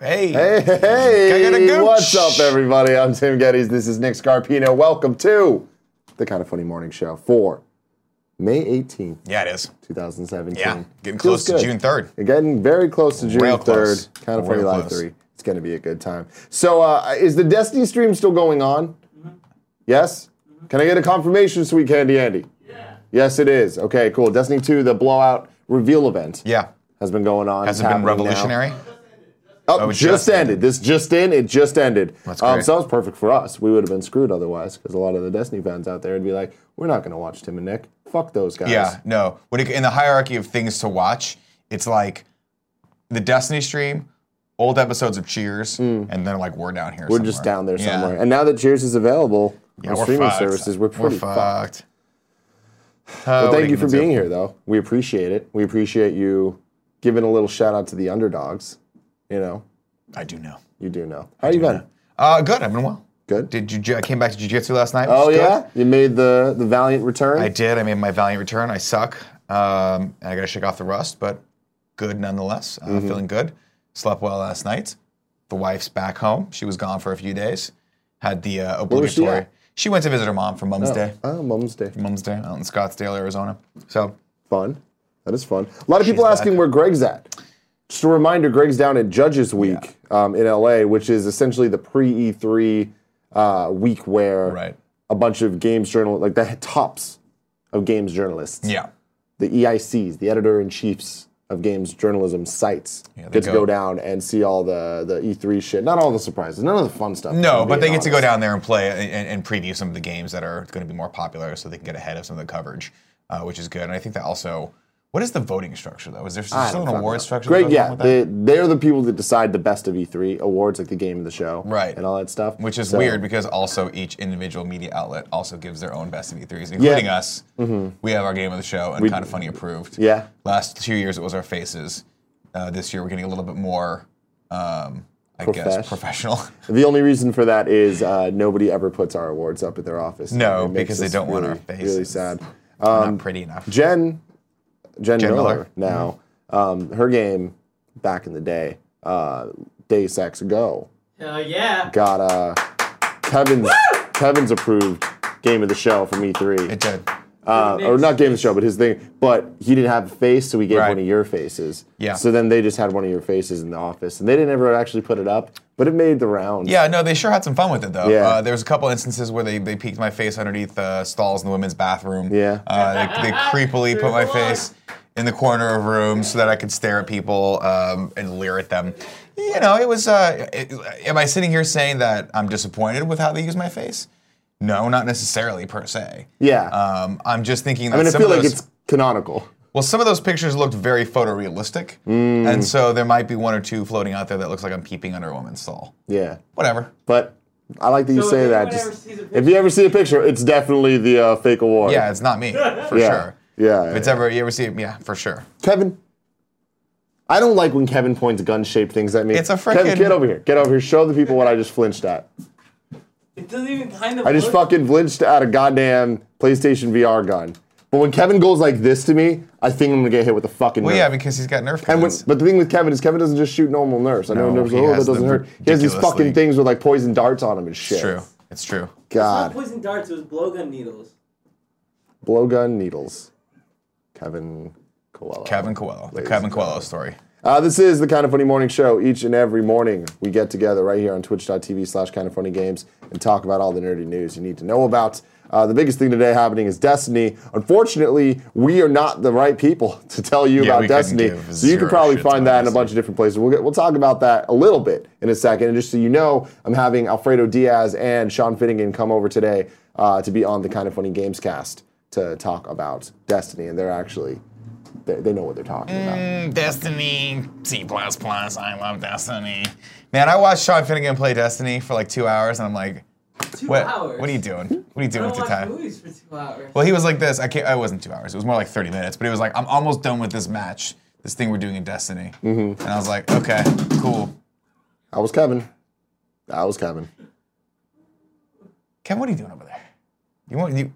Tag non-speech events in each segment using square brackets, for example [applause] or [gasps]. Hey. Hey, hey, Gagadagooch. what's up, everybody? I'm Tim Geddes. This is Nick Scarpino. Welcome to the Kind of Funny Morning Show for May 18th, Yeah, it is. 2017. Yeah, getting close Feels to good. June 3rd. Getting very close to June Real 3rd. close. Kind of Funny Real Live close. 3. It's going to be a good time. So, uh, is the Destiny stream still going on? Yes? Can I get a confirmation, Sweet Candy Andy? Yeah. Yes, it is. Okay, cool. Destiny 2, the blowout reveal event, Yeah. has been going on. Has It's it been happening now. revolutionary? Oh, it just, just ended. This just in. It just ended. That's um, great. so that was perfect for us. We would have been screwed otherwise, because a lot of the Destiny fans out there would be like, "We're not going to watch Tim and Nick. Fuck those guys." Yeah, no. When it, in the hierarchy of things to watch, it's like the Destiny stream, old episodes of Cheers, and then like we're down here. Hmm. we're just down there Yeah. somewhere. And now that Cheers is available Yeah, on we're streaming fucked. services, we're pretty fucked. fucked. But thank you for being here, though. We appreciate it. We appreciate you giving a little shout out to the underdogs. You know, I do know. you do know. How you been? Uh, good. I've been well. Good. Did you? I came back to jujitsu last night. oh which is good. yeah, you made the the valiant return. I did. I made my valiant return. I suck, um, and I got to shake off the rust, but good nonetheless. Uh, Mm-hmm. Feeling good. Slept well last night. The wife's back home. She was gone for a few days. Had the uh, was she obligatory. at? she, went to visit her mom for Mum's Day. oh, Mum's Day. Mum's Day out in Scottsdale, Arizona. So Fun. That is fun. A lot of people asking back. where Greg's at. Just a reminder, Greg's down at Judges Week um, in LA, which is essentially the pre E3 uh, week where Right. a bunch of games journal, like the tops of games journalists, yeah, the EICs, the editor in chiefs of games journalism sites, they get to go- go down and see all the, the E3 shit. Not all the surprises, none of the fun stuff. no, I'm but they being get to go honest. down there and play and, and preview some of the games that are going to be more popular, so they can get ahead of some of the coverage, uh, which is good. And I think that also. What is the voting structure though? Is there I still don't an fucking award know. structure? that Greg, goes yeah, along with that? they, they're the people that decide the best of E3 awards, like the game of the show, Right. and all that stuff. Which is So- weird because also each individual media outlet also gives their own best of E3s, including us. We have our game of the show and kind of funny approved. Mm-hmm. Yeah. Last two years it was our faces. Uh, this year we're getting a little bit more, um, I Profesh. guess, professional. [laughs] The only reason for that is uh, nobody ever puts our awards up at their office. No, It makes because they us don't want really- our Really faces. sad. Um, Not pretty enough. Jen, Jen, Miller, Miller. now, um, her game back in the day, uh, Deus Ex Go, Hell yeah. got uh, Kevin's Kevin's approved game of the show from E3. It did. Uh, or not game of the show, but his thing. But he didn't have a face, so we gave Right. one of your faces. Yeah. So then they just had one of your faces in the office, and they didn't ever actually put it up, but it made the rounds. Yeah, no, they sure had some fun with it though. Yeah. Uh, there was a couple instances where they, they peeked my face underneath uh, stalls in the women's bathroom. Yeah. Uh, they, they creepily put my face in the corner of rooms so that I could stare at people um, and leer at them. You know, it was. Uh, it- am I sitting here saying that I'm disappointed with how they use my face? No, not necessarily per se. Yeah. Um, I'm just thinking that I mean, I some feel of like those. it's canonical. Well, some of those pictures looked very photorealistic, Mm. and so there might be one or two floating out there that looks like I'm peeping under a woman's stall. Yeah. Whatever. But I like that you So if say anyone that. ever Just, sees a if you ever see a picture, it's definitely the uh, fake Oh, award. Yeah, [laughs] it's not me for Yeah. sure. Yeah, if yeah, it's ever you ever see it, yeah, for sure. Kevin. I don't like when Kevin points gun-shaped things at me. It's a Kevin, frickin- get over here. Get over here. Show the people what I just flinched at. It doesn't even kind of I just look fucking flinched at a goddamn PlayStation VR gun. But when Kevin goes like this to me, I think I'm gonna get hit with a fucking. Well, nerve. yeah, because he's got Nerf And when, guns. but the thing with Kevin is Kevin doesn't just shoot normal nerfs. I know No, nerfs he are, oh, that has the doesn't hurt. He has these fucking ridiculously- things with like poison darts on them and shit. it's true. It's true. not God, poison darts, it was blowgun needles. blowgun needles. Kevin Coelho. Kevin Coelho, the Kevin Coelho story. Uh, this is the Kind of Funny Morning Show. Each and every morning, we get together right here on twitch.tv slash kind of funny games and talk about all the nerdy news you need to know about. Uh, the biggest thing today happening is Destiny. Unfortunately, we are not the right people [laughs] to tell you Yeah, about we couldn't Destiny. give So you can zero probably shits find about that in a Destiny. bunch of different places. We'll, get, we'll talk about that a little bit in a second. And just so you know, I'm having Alfredo Diaz and Sean Finnegan come over today uh, to be on the Kind of Funny Games cast to talk about Destiny. And they're actually, they, they know what they're talking about. Destiny, C++, I love Destiny. Man, I watched Sean Finnegan play Destiny for like two hours, and I'm like, Two what? hours. What are you doing? What are I you doing don't with your watch time? movies for two hours. Well, he was like this. I can't. It wasn't two hours. It was more like 30 minutes. But he was like, I'm almost done with this match. This thing we're doing in Destiny. Mm-hmm. And I was like, okay, cool. I was Kevin. I was Kevin. Ken, what are you doing over there? You want you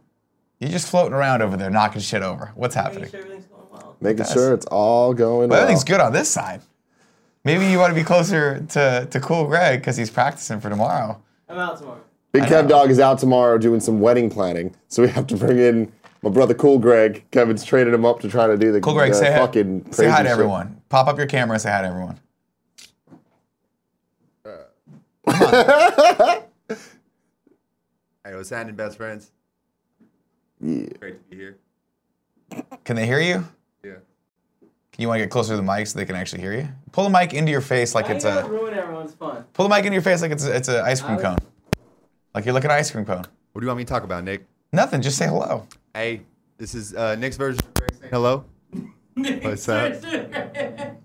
you're just floating around over there, knocking shit over. What's Making happening? sure everything's going well. Making Yes. sure it's all going Well, well. everything's good on this side. Maybe you want to be closer to, to Cool Greg because he's practicing for tomorrow. I'm out tomorrow. Big Kev Dog is out tomorrow doing some wedding planning, so we have to bring in my brother Cool Greg. Kevin's training him up to try to do the Cool Greg, the say, hi, fucking say crazy hi to shit. everyone. Pop up your camera and say hi to everyone. Hey, what's happening, best friends? Yeah. Great to be here. Can they hear you? Yeah. You want to get closer to the mic so they can actually hear you? Pull the mic into your face like Why it's you gotta a ruin everyone's fun? [laughs] pull the mic into your face like it's a, it's an ice cream Alex? cone. Like you're looking at an ice cream cone. What do you want me to talk about, Nick? Nothing. Just say hello. Hey, this is uh, Nick's version of Greg saying hello. What's that? [laughs]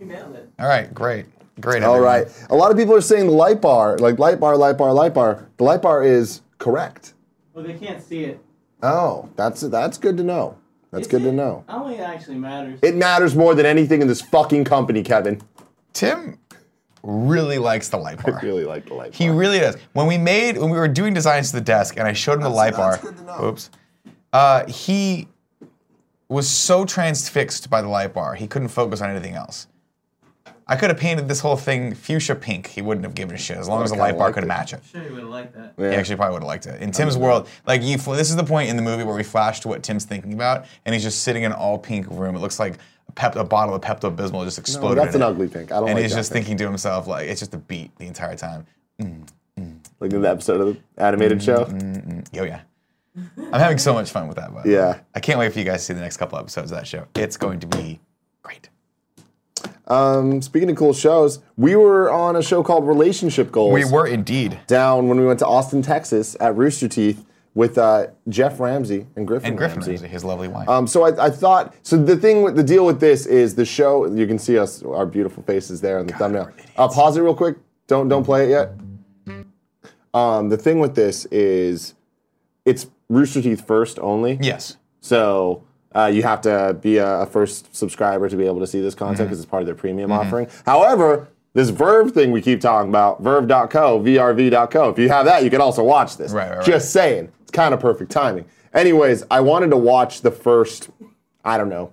you nailed it. All right. Great. Great. All everyone. right. A lot of people are saying the light bar, like light bar, light bar, light bar. The light bar is correct. Well, they can't see it. Oh, that's that's good to know. That's Is good to it? know. I don't think it actually matters. It matters more than anything in this fucking company, Kevin. Tim really likes the light [laughs] bar. Really like the light He bar. really does. When we made when we were doing designs to the desk, and I showed him the light bar. that's good to know. Oops. Uh, he was so transfixed by the light bar, he couldn't focus on anything else. I could have painted this whole thing fuchsia pink. He wouldn't have given a shit as long as the kinda light bar liked could it. match it. sure you would like that. He actually probably would have liked it. In Tim's world, like you, fl- this is the point in the movie where we flash to what Tim's thinking about, and he's just sitting in an all pink room. It looks like a, pep- a bottle of Pepto Bismol just exploded. that's in an it. ugly pink. I don't And like he's that just pink. thinking to himself, like it's just a beat the entire time. Like in the episode of the animated show. Mm-hmm. Yo, Oh, yeah. I'm having so much fun with that. By the way. Yeah. I can't wait for you guys to see the next couple episodes of that show. It's going to be great. Um, speaking of cool shows, we were on a show called Relationship Goals. We were indeed. down when we went to Austin, Texas at Rooster Teeth with uh, Jeff Ramsey and Griffin, And Griffin Ramsey. Ramsey, his lovely wife. Um, so I, I thought. So the thing, with the deal with this is the show. You can see us, our beautiful faces there on the thumbnail. Uh, pause it real quick. Don't don't play it yet. Um, the thing with this is, it's Rooster Teeth first only. yes. So uh, you have to be a, a first subscriber to be able to see this Mm-hmm. content because it's part of their premium offering. However, this Verve thing we keep talking about, Verve.co, VRV.co. If you have that, you can also watch this. Right, right, right. Just saying, it's kind of perfect timing. Anyways, I wanted to watch the first, I don't know,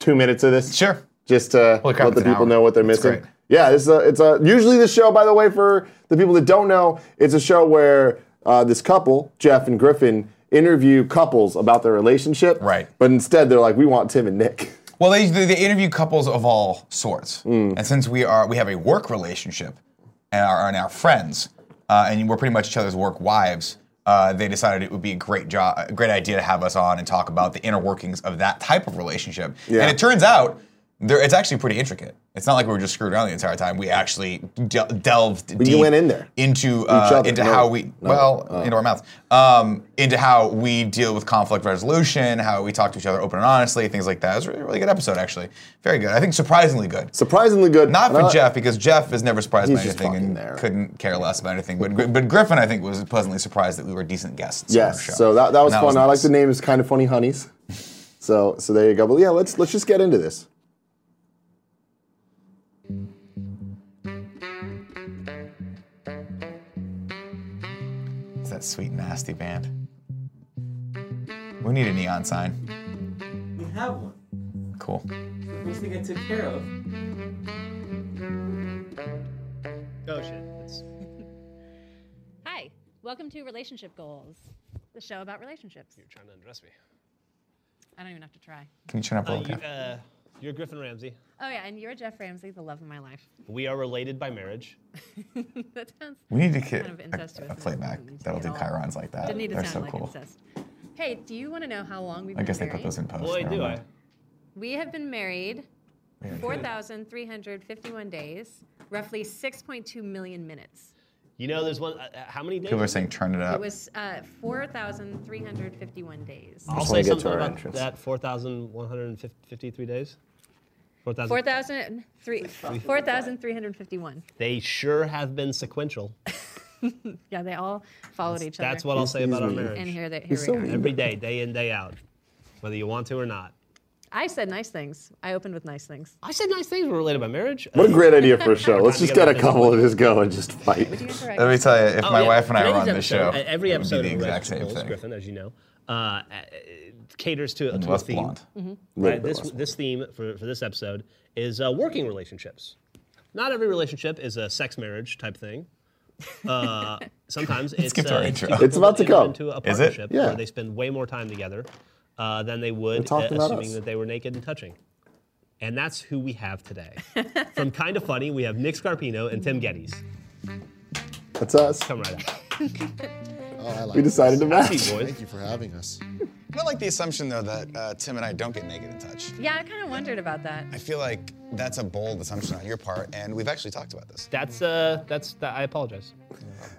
two minutes of this Sure. just to Holy crap, let the it's an people hour. know what they're That's missing. great. Yeah, this is a, it's a usually the show. By the way, for the people that don't know, it's a show where uh, this couple, Jeff and Griffin, interview couples about their relationship. Right. But instead, they're like, we want Tim and Nick. [laughs] Well, they, they, they interview couples of all sorts, Mm. and since we are we have a work relationship and are, are now friends, uh, and we're pretty much each other's work wives. Uh, they decided it would be a great job, a great idea to have us on and talk about the inner workings of that type of relationship. Yeah. And it turns out, there, it's actually pretty intricate. It's not like we were just screwed around the entire time. We actually del- delved. you deep went in there. into uh, other, into no, how we no, well into our mouths um, into how we deal with conflict resolution, how we talk to each other open and honestly, things like that. It was a really, really good episode, actually. Very good. I think surprisingly good. Surprisingly good. Not for And I- Jeff because Jeff is never surprised by He's just anything fucking and there. couldn't care less about anything. But Gr- but Griffin, I think, was pleasantly surprised that we were decent guests. on our Yes. show. So that, that was And fun. I like nice. the name. It's kind of funny, honeys. so so there you go. But yeah, let's let's just get into this. It's that sweet nasty band. We need a neon sign. We have one. Cool. We used to get took care of. [laughs] Oh shit. It's, Hi, welcome to Relationship Goals, the show about relationships. you're trying to undress me. I don't even have to try. Can you turn up a Uh, little? you, Kev? uh, you're Griffin Ramsey. Oh, yeah, and you're Jeff Ramsey, the love of my life. We are related by marriage. [laughs] that sounds. We need to get kind of a, incestuous a and playback doesn't need to that'll be do at all. chirons like that. Didn't need to They're sound so like uh, cool. incest. Hey, do you want to know how long we've I been guess they married? put those in post. Boy, never do I. mind. We have been married Yeah, 4,351 days, roughly 6.2 million minutes. You know, there's one. Uh, uh, how many days? People are saying turn it up. It was uh, 4,351 days. I'll Just say wanna get to something our about entrance. that 4,153 days. 4,000. 4,003 4,351. They sure have been sequential. yeah, they all followed each other. That's what I'll say Excuse about our me. marriage. And here, they, here we so are. mean. Every day, day in, day out, whether you want to or not. I said nice things. I opened with nice things. I said nice things were related by marriage. What Uh, a great idea for a show. Let's just get a Yeah. couple and just go and just fight. You're correct. Let me tell you, if Oh, my yeah. wife and I were Today's on this show, episode, uh, every it would episode be the of exact Relationship same Goals, thing. Griffin, as you know, uh, it caters to, to a Less theme. blonde. Little Right, bit this less. this theme for, for this episode is uh, working relationships. Not every relationship is a sex marriage type thing. [laughs] Uh, sometimes it's skip to uh, our it's intro. people It's about to that enter come. into a Is it? partnership Yeah. where they spend way more time together uh, than they would uh, talked about assuming us. that they were naked and touching. And that's who we have today. From Kind of Funny, we have Nick Scarpino and Tim Geddes. That's us. Come right up. Oh, I like We decided to Hey, match. boys. Thank you for having us. I like the assumption though that uh, Tim and I don't get naked in touch. Yeah, I kind of wondered about that. I feel like that's a bold assumption on your part, and we've actually talked about this. That's uh, that's I apologize.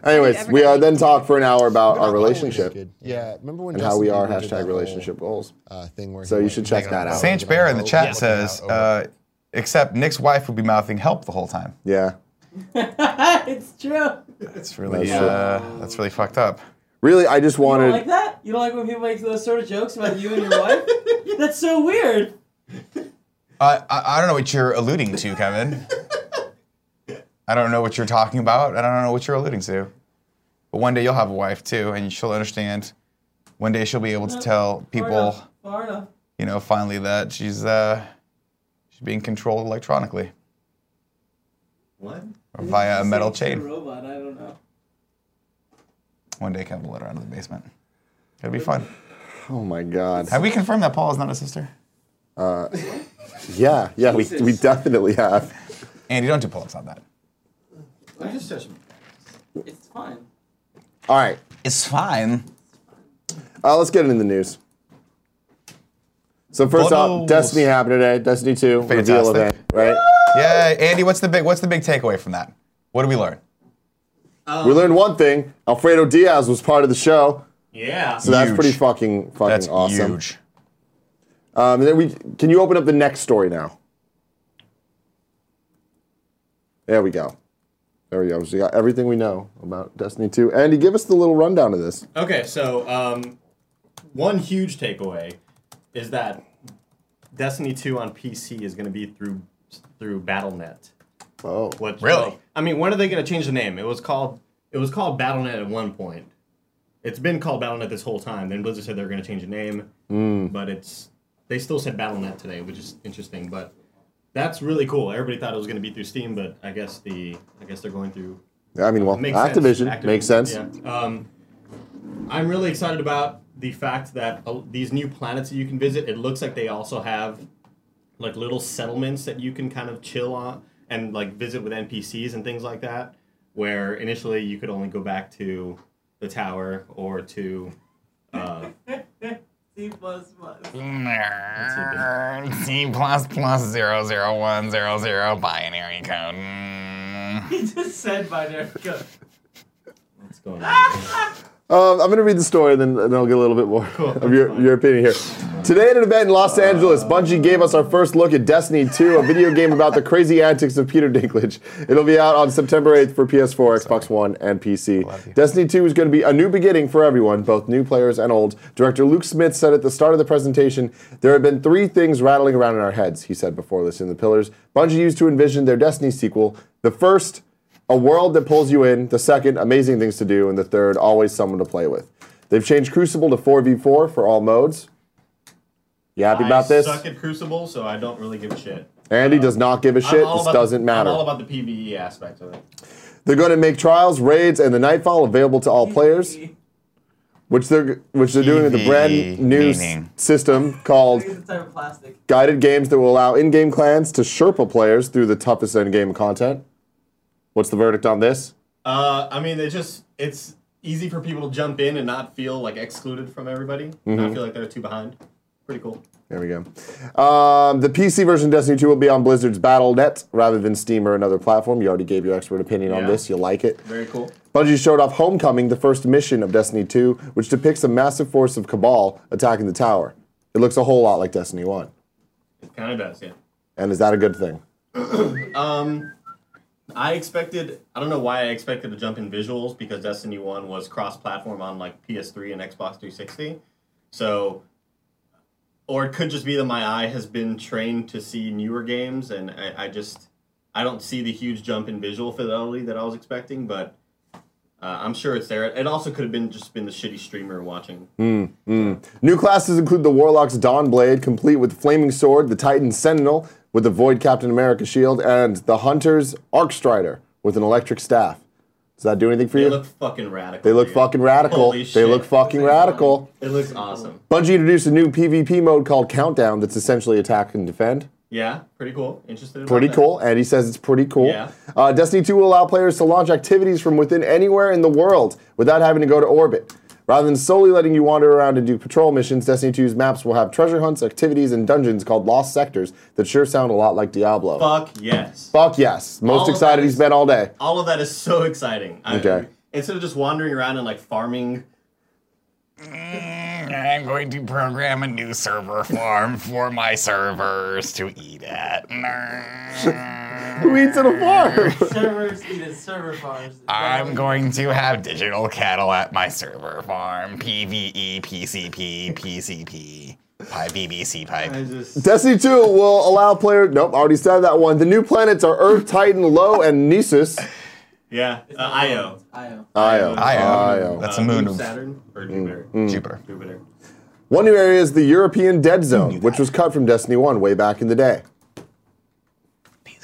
Anyways, ever we got uh, naked? then talked for an hour about our relationship Good. Yeah. Remember when and how we Justin are Bieber did that hashtag whole, relationship goals. uh, thing where So he you went- should check that out. Sanch Bear in the chat Yeah. says, uh, except Nick's wife would be mouthing help the whole time. Yeah. it's true. You That's really, That's true. uh, that's really fucked up. Really, I just don't like wanted. that? You don't like when people make those sort of jokes about you and your wife? [laughs] That's so weird. I, I, I don't know what you're alluding to, Kevin. I don't know what you're talking about. I don't know what you're alluding to. But one day you'll have a wife too, and she'll understand. One day she'll be able to tell Far people, enough. Far enough. you know, finally that she's uh, she's being controlled electronically What? or via a metal It's like a chain. robot. I don't know. One day Kevin will let her out of the basement. It'll be fun. Oh my God. Have we confirmed that Paul is not a sister? Yeah, yeah, we, we Jesus. definitely have. Andy, don't do pull-ups on that. I just touch me. It's fine. All right, It's fine. uh, let's get into the news. So first off, Bubbles. Destiny happened today. Destiny two reveal Fantastic. event, right? Yeah, Andy, what's the big what's the big takeaway from that? What did we learn? we learned one thing: Alfredo Diaz was part of the show, Yeah. so that's Huge. pretty fucking fucking That's awesome. huge. Um, and then we can you open up the next story now? There we go. There we go. So we got everything we know about Destiny two. Andy, give us the little rundown of this. Okay, so um, one huge takeaway is that Destiny 2 on PC is going to be through through BattleNet. Oh, What Really? well, I mean, when are they going to change the name? It was called it was called BattleNet at one point. It's been called BattleNet this whole time. Then Blizzard said they were going to change the name, but it's they still said BattleNet today, which is interesting. But that's really cool. Everybody thought it was going to be through Steam, but I guess the I guess they're going through I mean, well, Makes Activision, sense. makes sense. Yeah. Um, I'm really excited about the fact that uh, these new planets that you can visit. It looks like they also have like little settlements that you can kind of chill on and like visit with NPCs and things like that. Where initially you could only go back to the tower or to uh, C plus plus. [laughs] let's see, the- C plus plus zero zero one zero zero binary code. Mm. He just said binary code. what's going on. Um, I'm going to read the story, then, then I'll get a little bit more of your, fine. your opinion here. Today at an event in Los Angeles, Bungie gave us our first look at Destiny 2, a video game about the crazy antics of Peter Dinklage. It'll be out on September 8th for PS4, Xbox One, and love you. PC. Destiny 2 is going to be a new beginning for everyone, both new players and old. Director Luke Smith said at the start of the presentation, there have been three things rattling around in our heads, he said before listing the pillars Bungie used to envision their Destiny sequel. The first, a world that pulls you in. The second, amazing things to do. And the third, always someone to play with. They've changed Crucible to 4v4 for all modes. You happy about I this? suck at Crucible, so I don't really give a shit. Andy does not give a I'm shit. all This about- doesn't matter. I'm all about the PVE aspect of it. They're going to make trials, raids, and the Nightfall available to all players. which they're which they're doing with a brand TV new s- meaning. system called He's a type of plastic. guided games that will allow in-game clans to Sherpa players through the toughest in-game content. What's the verdict on this? Uh, I mean, it just it's easy for people to jump in and not feel like excluded from everybody, not feel like they're too behind. Pretty cool. There we go. Um, the PC version of Destiny 2 will be on Blizzard's Battle.net rather than Steam or another platform. You already gave your expert opinion on Yeah. this. You like it. Very cool. Bungie showed off Homecoming, the first mission of Destiny 2, which depicts a massive force of Cabal attacking the tower. It looks a whole lot like Destiny 1. It kind of does, yeah. And is that a good thing? I expected. I don't know why I expected to jump in visuals because Destiny One was cross-platform on like PS3 and Xbox 360, so. Or it could just be that my eye has been trained to see newer games, and I, I just I don't see the huge jump in visual fidelity that I was expecting. But Uh, I'm sure it's there. It also could have been just been the shitty streamer watching. New classes include the Warlock's Dawnblade, complete with Flaming Sword, the Titan Sentinel with the Void Captain America shield, and the Hunter's Arcstrider with an electric staff. Does that do anything for They you? look fucking radical. They look dude. fucking radical. Holy They shit. look fucking radical. It looks awesome. Bungie introduced a new PvP mode called Countdown that's essentially attack and defend. Yeah, pretty cool. Interested. about Pretty that. cool. And he says it's pretty cool. Yeah. Uh, Destiny 2 will allow players to launch activities from within anywhere in the world without having to go to orbit. Rather than solely letting you wander around and do patrol missions, Destiny 2's maps will have treasure hunts, activities, and dungeons called Lost Sectors that sure sound a lot like Diablo. Fuck yes. Fuck yes. Most All of excited that he's is- been all day. All of that is so exciting. I- Okay. instead of just wandering around and like farming, I'm going to program a new server farm for my servers to eat at. Who eats at a [laughs] farm? Servers eat at server farms. I'm going to have digital cattle at my server farm. E, PVE, PCP, PCP, pipe, BBC I pipe. just Destiny 2 will allow players. Nope, already said that one. The new planets are Earth, Titan, Lo, and Nisus. yeah. Uh, Io. Io. Io. Io. That's Uh, a moon Moon of Saturn or Jupiter. Mm, Jupiter. Jupiter. One new area is the European Dead Zone, which was cut from Destiny 1 way back in the day.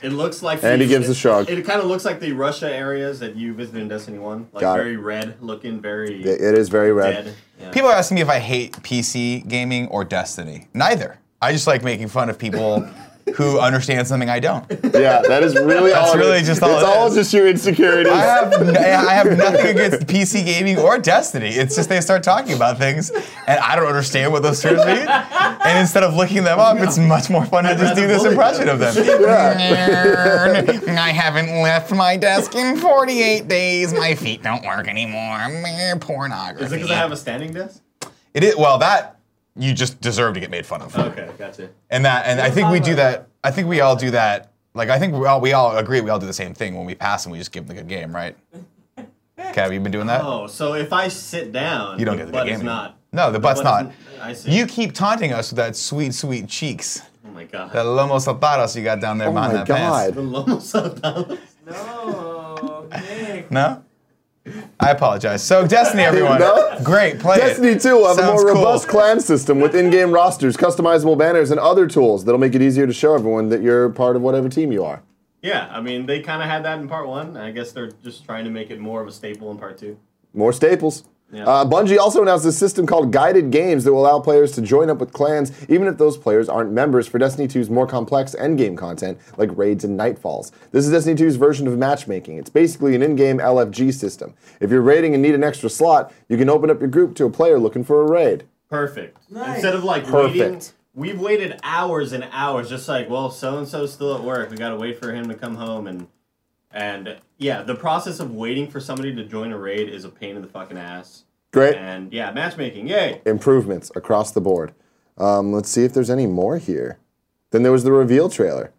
It looks like And he gives a shrug. It, kind of looks like the Russia areas that you visited in Destiny One, like Got it. very red looking, very It- it is very red. dead. Yeah. People are asking me if I hate PC gaming or Destiny. Neither. I just like making fun of [laughs] people who understand something I don't. Yeah, that is [laughs] really That's all. it really is. just all It's it all is. just your insecurities. I have, n- I have nothing against PC gaming or Destiny. It's just they start talking about things, and I don't understand what those terms mean. And instead of looking them up, it's much more fun to just do this impression of them. [laughs] I haven't left my desk in 48 days. My feet don't work anymore. Pornography. Is it because I have a standing desk? It is well that you just deserve to get made fun of, Okay, gotcha. and that, and I think we do that. I think we all do that. Like I think we all we all agree we all do the same thing when we pass and we just give them the good game, right? Kev, you been doing that? Oh, so if I sit down, You don't get the but good game. it's anymore. No, not. the butt's But not. it's- I see. You keep taunting us with that sweet, sweet cheeks. Oh my god. [laughs] That Lomos Saltados you got down there oh behind my that pants. god. the Lomos of Dallas. No, Nick. No? I apologize. So Destiny, everyone. [laughs] No? Great, play it. Destiny 2 will have a Sounds more cool. robust clan system with in-game rosters, customizable banners, and other tools that'll make it easier to show everyone that you're part of whatever team you are. Yeah, I mean they kind of had that in part one. I guess they're just trying to make it more of a staple in part two. More staples. Yeah. Uh, Bungie also announced a system called Guided Games that will allow players to join up with clans, even if those players aren't members, for Destiny 2's more complex endgame content, like raids and nightfalls. This is Destiny 2's version of matchmaking. It's basically an in game LFG system. If you're raiding and need an extra slot, you can open up your group to a player looking for a raid. Perfect. Nice. Instead of like waiting, Perfect. we've waited hours and hours. Just like, well, so and so's still at work. We gotta wait for him to come home, and and yeah, the process of waiting for somebody to join a raid is a pain in the fucking ass. Great. And yeah, matchmaking, yay! improvements across the board. Um, let's see if there's any more here. Then there was the reveal trailer.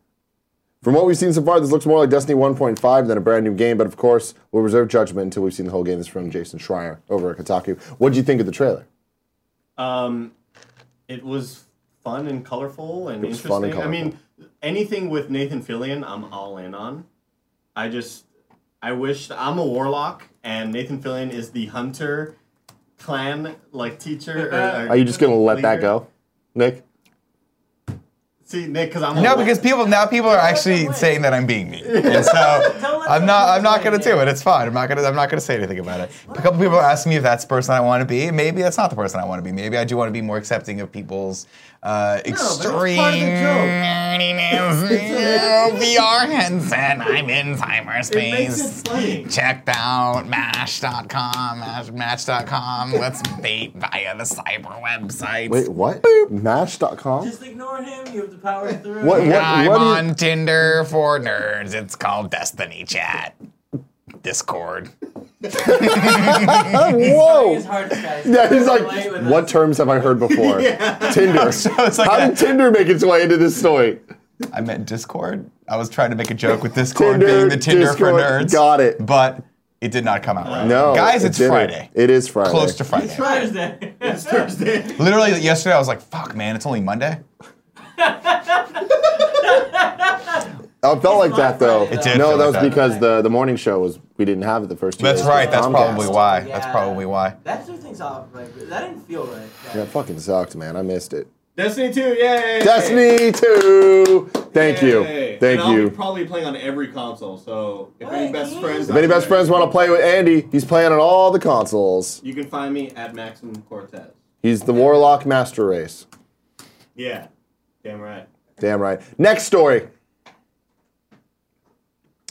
From what we've seen so far, this looks more like Destiny 1.5 than a brand new game, but of course, we'll reserve judgment until we've seen the whole game. This is from Jason Schreier over at Kotaku. What do you think of the trailer? Um, it was fun and colorful and It was interesting. fun and I mean, anything with Nathan Fillion, I'm all in on. I just, I wish I'm a warlock, and Nathan Fillion is the hunter clan like teacher. [laughs] Or, or Are you just going to let that go, Nick? See, Nick, because I'm a No, war- because people now people are actually saying that I'm being mean, and so let I'm them not. I'm win, not going to yeah. do it. It's fine. I'm not going to. I'm not going to say anything about it. A couple people are asking me if that's the person I want to be. Maybe that's not the person I want to be. Maybe I do want to be more accepting of people's uh, that's extreme part of the joke. nerdiness. [laughs] VR headset. I'm in it makes it cyberspace. funny. Checked out Mash.com. Mash, match.com. Let's bait via the cyber websites. Wait, what? Match.com? Just ignore him. You have to power through. What- what- I'm do you- on Tinder for nerds. It's called Destiny Chat. Discord. [laughs] He's [laughs] Whoa! hard to guys. [laughs] Yeah, he's Play like, with what us. terms have I heard [laughs] before? Tinder. It's like How I did Tinder make its way into this story? meant Discord. I was trying to make a joke with Discord being the Tinder Discord, for nerds. Got it. But it did not come out right. No. Guys, it it's didn't. Friday. It is Friday. Close to Friday. Thursday. It's [laughs] Thursday. Literally yesterday, I was like, fuck, man, it's only Monday. I felt like that though. It did No, feel that like was that. because the the morning show was we didn't have it the first two. That's days with right. That's Comcast. probably why. That's Yeah. probably why. [laughs] That threw things off. Like that didn't feel right. Yeah, it fucking sucked, man. I missed it. Destiny 2, yay! Destiny 2! Thank Yay. you. Thank and I'll be you. probably playing on every console, so if What? any best friends. If any best friends want to play with Andy, he's playing on all the consoles. You can find me at Maximum Cortez. He's the Warlock Master Race. Yeah. Damn right. Damn right. Next story.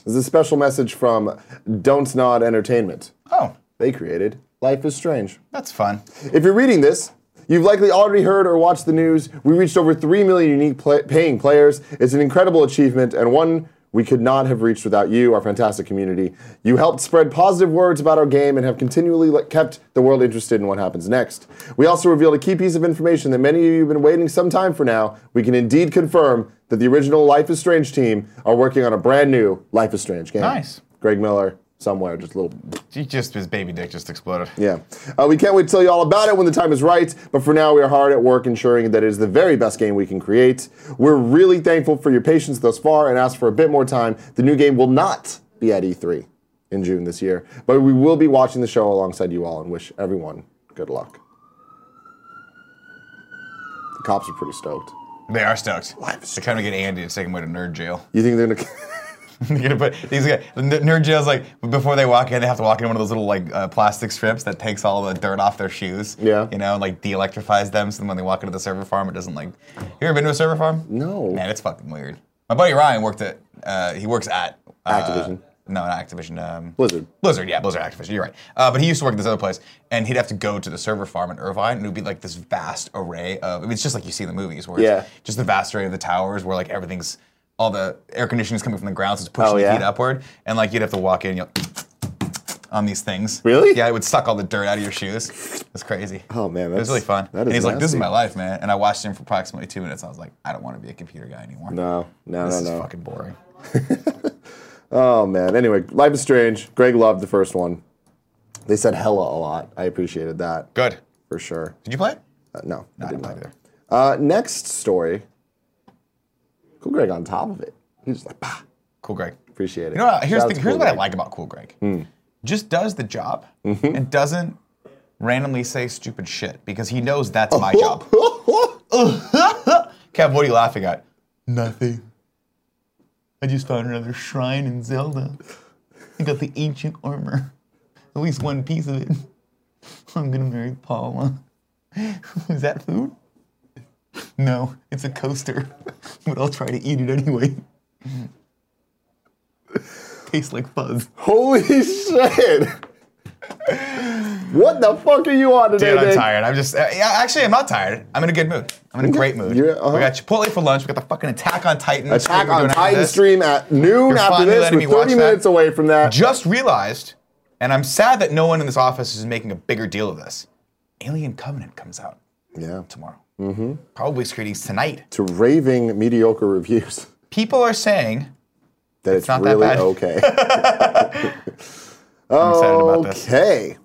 This is a special message from Don't Nod Entertainment. Oh, They created Life is Strange. that's fun. If you're reading this, you've likely already heard or watched the news. We reached over 3 million unique pla paying players. It's an incredible achievement and one we could not have reached without you, our fantastic community. You helped spread positive words about our game and have continually le- kept the world interested in what happens next. We also revealed a key piece of information that many of you have been waiting some time for now. We can indeed confirm that the original Life is Strange team are working on a brand new Life is Strange game. Nice. Greg Miller, somewhere, just a little He just his baby dick just exploded. yeah. Uh, we can't wait to tell you all about it when the time is right, but for now, we are hard at work ensuring that it is the very best game we can create. We're really thankful for your patience thus far and ask for a bit more time. The new game will not be at E3 in June this year, but we will be watching the show alongside you all and wish everyone good luck. The cops are pretty stoked. They are stoked. They're trying to get Andy to take him away to nerd jail. You think they're gonna. [laughs] [laughs] They're gonna put these guys. the Nerd jail's like before they walk in, they have to walk in one of those little like uh, plastic strips that takes all the dirt off their shoes. Yeah. You know, and, like de-electrifies them, so then when they walk into the server farm, it doesn't like. You ever been to a server farm? No. Man, it's fucking weird. My buddy Ryan worked at. Uh, he works at uh, Activision. No, not Activision. Um, Blizzard. Blizzard, yeah, Blizzard Activision. You're right. Uh, but he used to work at this other place, and he'd have to go to the server farm in Irvine, and it would be like this vast array of. I mean, it's just like you see in the movies, where Yeah. it's just the vast array of the towers, where like everything's all the air conditioning is coming from the ground, so it's pushing Oh, the yeah? heat upward, and like you'd have to walk in, you know, on these things. Really? Yeah, it would suck all the dirt out of your shoes. It's crazy. Oh, man, it was that's- really fun. that and is he's like, "This is nasty. my life, man." And I watched him for approximately two minutes. I was like, "I don't want to be a computer guy anymore. No, no, this no, is no. fucking boring." Oh man. Anyway, Life is Strange. Greg loved the first one. They said hella a lot. I appreciated that Good. for sure. Did you play it? Uh, no, I did didn't not. play it Uh, next story. Cool Greg on top of it. He's just like, bah, Cool, Greg. appreciate it. You know, what, here's Shout the, out to here's Cool what I Greg. Hmm. Mm-hmm. like about Cool Greg. Just does the job and doesn't randomly say stupid shit because he knows that's my [laughs] job. Kev, what are you laughing at? Nothing. I just found another shrine in Zelda. I got the ancient armor, at least one piece of it. I'm gonna marry Paula. [laughs] Is that food? No, it's a coaster, [laughs] but I'll try to eat it anyway. Tastes like fuzz. Holy shit. what the fuck are you on today, Dude, I'm Nick? tired. I'm just uh, yeah, actually I'm not tired. I'm in a good mood. I'm in a great mood. You're- uh-huh. We got Chipotle for lunch. We got the fucking Attack on Titan. Attack stream we're on doing after Titan this. stream at noon You're after finally this. letting me We're watch 30 that. minutes away from that. Just realized, and I'm sad that no one in this office is making a bigger deal of this. Alien Covenant comes out yeah. tomorrow. Mm-hmm. Probably screenings tonight. To raving mediocre reviews [laughs] People are saying that it's, not that really bad. [laughs] okay. I'm excited about this. Okay.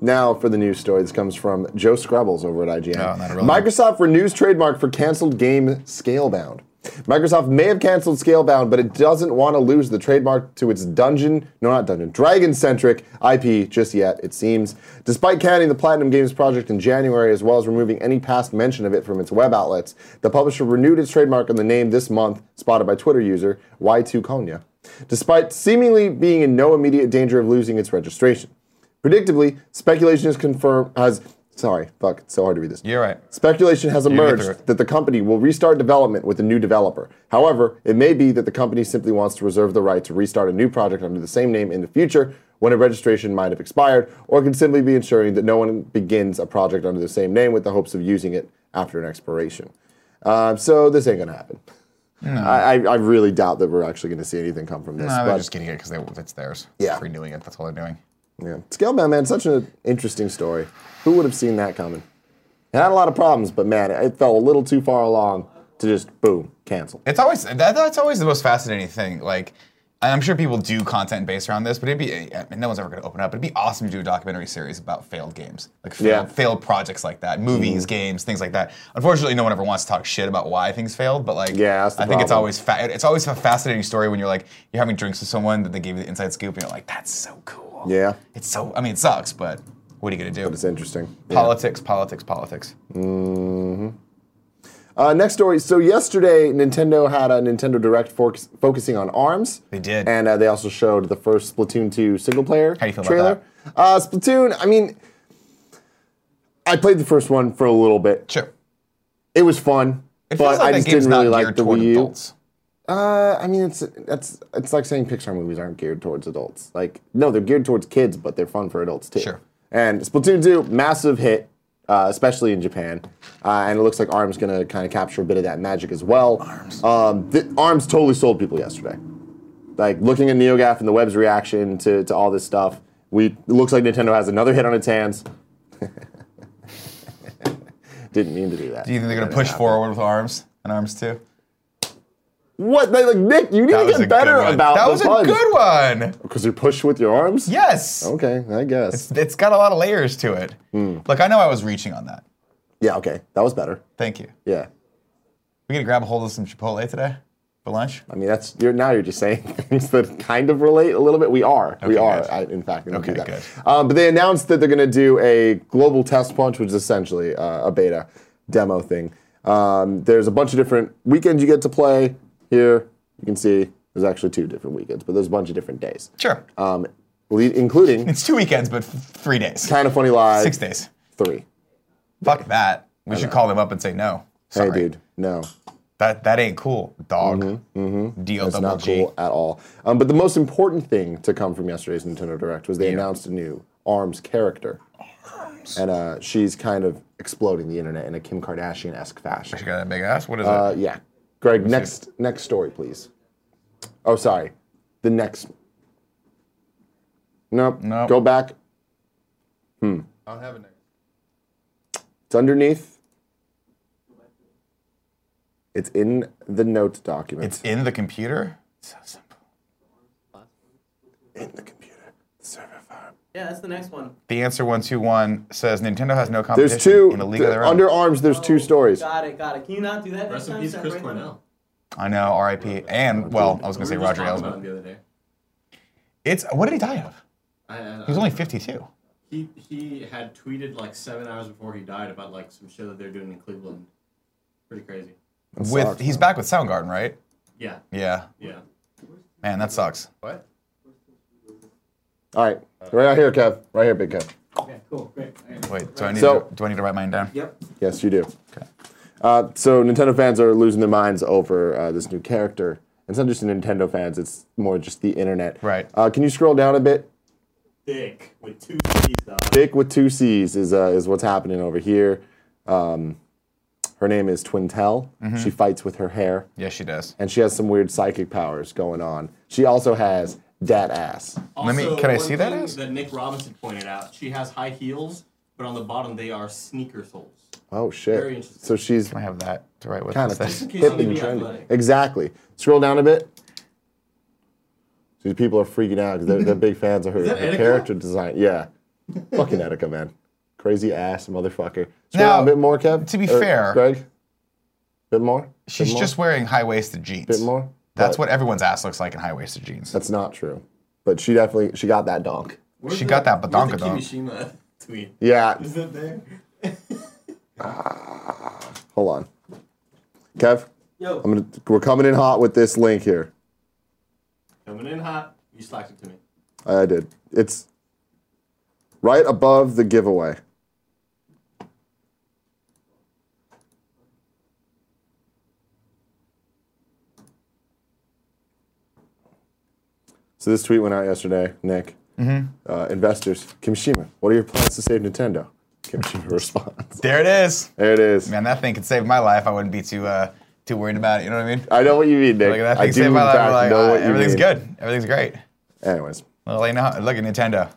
Now for the news story. This comes from Joe Scrubbles over at IGN. Oh, not really. Microsoft renews trademark for canceled game Scalebound. Microsoft may have canceled Scalebound, but it doesn't want to lose the trademark to its dungeon, no, not dungeon, dragon centric IP just yet, it seems. Despite canning the Platinum Games project in January, as well as removing any past mention of it from its web outlets, the publisher renewed its trademark on the name this month, spotted by Twitter user Y2Konya, despite seemingly being in no immediate danger of losing its registration. Predictably, speculation is confirmed has sorry, fuck, it's so hard to read this. You're right. Speculation has get emerged through it. that the company will restart development with a new developer. However, it may be that the company simply wants to reserve the right to restart a new project under the same name in the future when a registration might have expired, or could simply be ensuring that no one begins a project under the same name with the hopes of using it after an expiration. Uh, so this ain't gonna happen. I, I, I really doubt that we're actually gonna see anything come from this. No, they're but just getting it because it's theirs. Yeah. Renewing it. That's all they're doing. yeah. Scalebound, man, such an interesting story. Who would have seen that coming? It had a lot of problems, but man, it fell a little too far along to just boom, cancel. It's always that, that's always the most fascinating thing. Like and I'm sure people do content based around this, but it'd be, I mean, no one's ever going to open up. It'd be awesome to do a documentary series about failed games, like failed, Yeah. Mm-hmm. failed projects like that, movies, games, things like that. Unfortunately, no one ever wants to talk shit about why things failed, but like, Yeah, that's the I think it's problem. always fa- it's always a fascinating story when you're like you're having drinks with someone that they gave you the inside scoop, and you're like, that's so cool. Yeah. it's so. I mean, it sucks, but what are you going to do? It's interesting. Yeah. Politics, politics, politics. Uh, next story. So yesterday, Nintendo had a Nintendo Direct focus, focusing on ARMS. They did. and uh, they also showed the first Splatoon 2 single player How do you feel about trailer. Uh, Splatoon. I mean, I played the first one for a little bit. Sure. It was fun, It feels but I that just game's didn't really not like geared the toward Wii U. adults. Uh, I mean, it's that's it's like saying Pixar movies aren't geared towards adults. Like, no, they're geared towards kids, but they're fun for adults too. Sure. And Splatoon 2, massive hit, uh, especially in Japan, uh, and it looks like Arm's gonna kind of capture a bit of that magic as well. Arms. Um, th- Arms totally sold people yesterday. Like looking at NeoGaf and the web's reaction to, to all this stuff, we it looks like Nintendo has another hit on its hands. [laughs] Didn't mean to do that. Do you think they're going to push forward with arms and arms too? What? They, like Nick, you need That to was a good get better one. about that the was a good one. Because you push with your arms? Yes. Okay, I guess. It's got a lot of layers to it. Hmm. Look, I know I was reaching on that. yeah, okay. That was better. Thank you. Yeah. We gonna grab a hold of some Chipotle today for lunch? I mean, that's you're now you're just saying [laughs] things that kind of relate a little bit. We are, we Okay, are. good. I, in fact, going to Okay, do that. good. Um, but they announced that they're going to do a global test punch, which is essentially uh, a beta demo thing. Um, there's a bunch of different weekends you get to play. Here, you can see there's actually two different weekends, but there's a bunch of different days, Sure. um, [laughs] le- including it's two weekends, but f- three days. kind of funny live Six days. three. Fuck that. We should call them up and say no. Sorry. Hey, dude, no. That that ain't cool, dog. Deal It's double mm-hmm. not G. cool at all. Um, but the most important thing to come from yesterday's Nintendo Direct was they announced a new ARMS character. And uh, she's kind of exploding the internet in a Kim Kardashian esque She fashion. got a big ass. What is Uh, it? yeah. Greg, next next story, please. Oh, sorry. The next. Nope. Nope. Go back. Hmm. I don't have a name. It's underneath. It's in the note document. It's in the computer. So simple. in the computer. Server farm. Yeah, that's the next one. The answer one two one says Nintendo has no competition There's two. in a league of their own. Under ARMS, there's two stories. Oh, Got it, got it. Can you not do that next Rest in time? peace, Separate Chris them? Cornell. I know, R.I.P. And well, I was gonna We say were just Roger talking about Ailes. him the other day. It's what did he die of? I, I, He was only fifty two. He he had tweeted like seven hours before he died about like some show that they're doing in Cleveland. Pretty crazy. With sucks, he's back with Soundgarden, right? Yeah. Yeah. Yeah. Man, that sucks. What? All right, right out here, Kev. Right here, big Kev. Okay, cool, great. Okay. Wait, do I need So- to, do I need to write mine down? Yep. Yes, you do. Okay. Uh, so Nintendo fans are losing their minds over uh, this new character. It's not just the Nintendo fans; it's more just the internet. Right. Uh, can you scroll down a bit? Thick with two C's dog. Dick with two C's is uh, is what's happening over here. Um, her name is Twintel. Mm-hmm. She fights with her hair, Yes, she does. and she has some weird psychic powers going on. She also has dat ass. Let me- Also, can I one see that thing ass? That Nick Robinson pointed out. She has high heels, but on the bottom they are sneaker soles. Oh Very shit! interesting. So she's I have that to write with. kind of What's that? case hip you and need trendy. athletic. Exactly. Scroll down a bit. These people are freaking out because they're, they're big fans of her, that her Etika? character design. Yeah, fucking Etika, man, crazy ass motherfucker. Scroll Now, down a bit more, Kev. to be fair- Greg, bit more. She's bit more? just wearing high waisted jeans. bit more. That's But what everyone's ass looks like in high waisted jeans. That's not true, but she definitely she got that donk. Where's She got that where's the badonkadonk. Kimishima tweet. Yeah, Ah. Is [laughs] it there? hold on, Kev. Yo, I'm gonna, we're coming in hot with this link here. Coming in hot. You slacked it to me. I did. It's right above the giveaway. So this tweet went out yesterday, Nick. Uh, investors, Kimishima, what are your plans to save Nintendo? Kimishima [laughs] responds. there it is. There it is. Man, that thing could save my life. I wouldn't be too uh, too worried about it. You know what I mean? I know what you mean, Nick. Like that I thing do saved in my life. I'm fact Like, know ah, what you everything's mean. good. Everything's great. Anyways, Well, you know, look at Nintendo,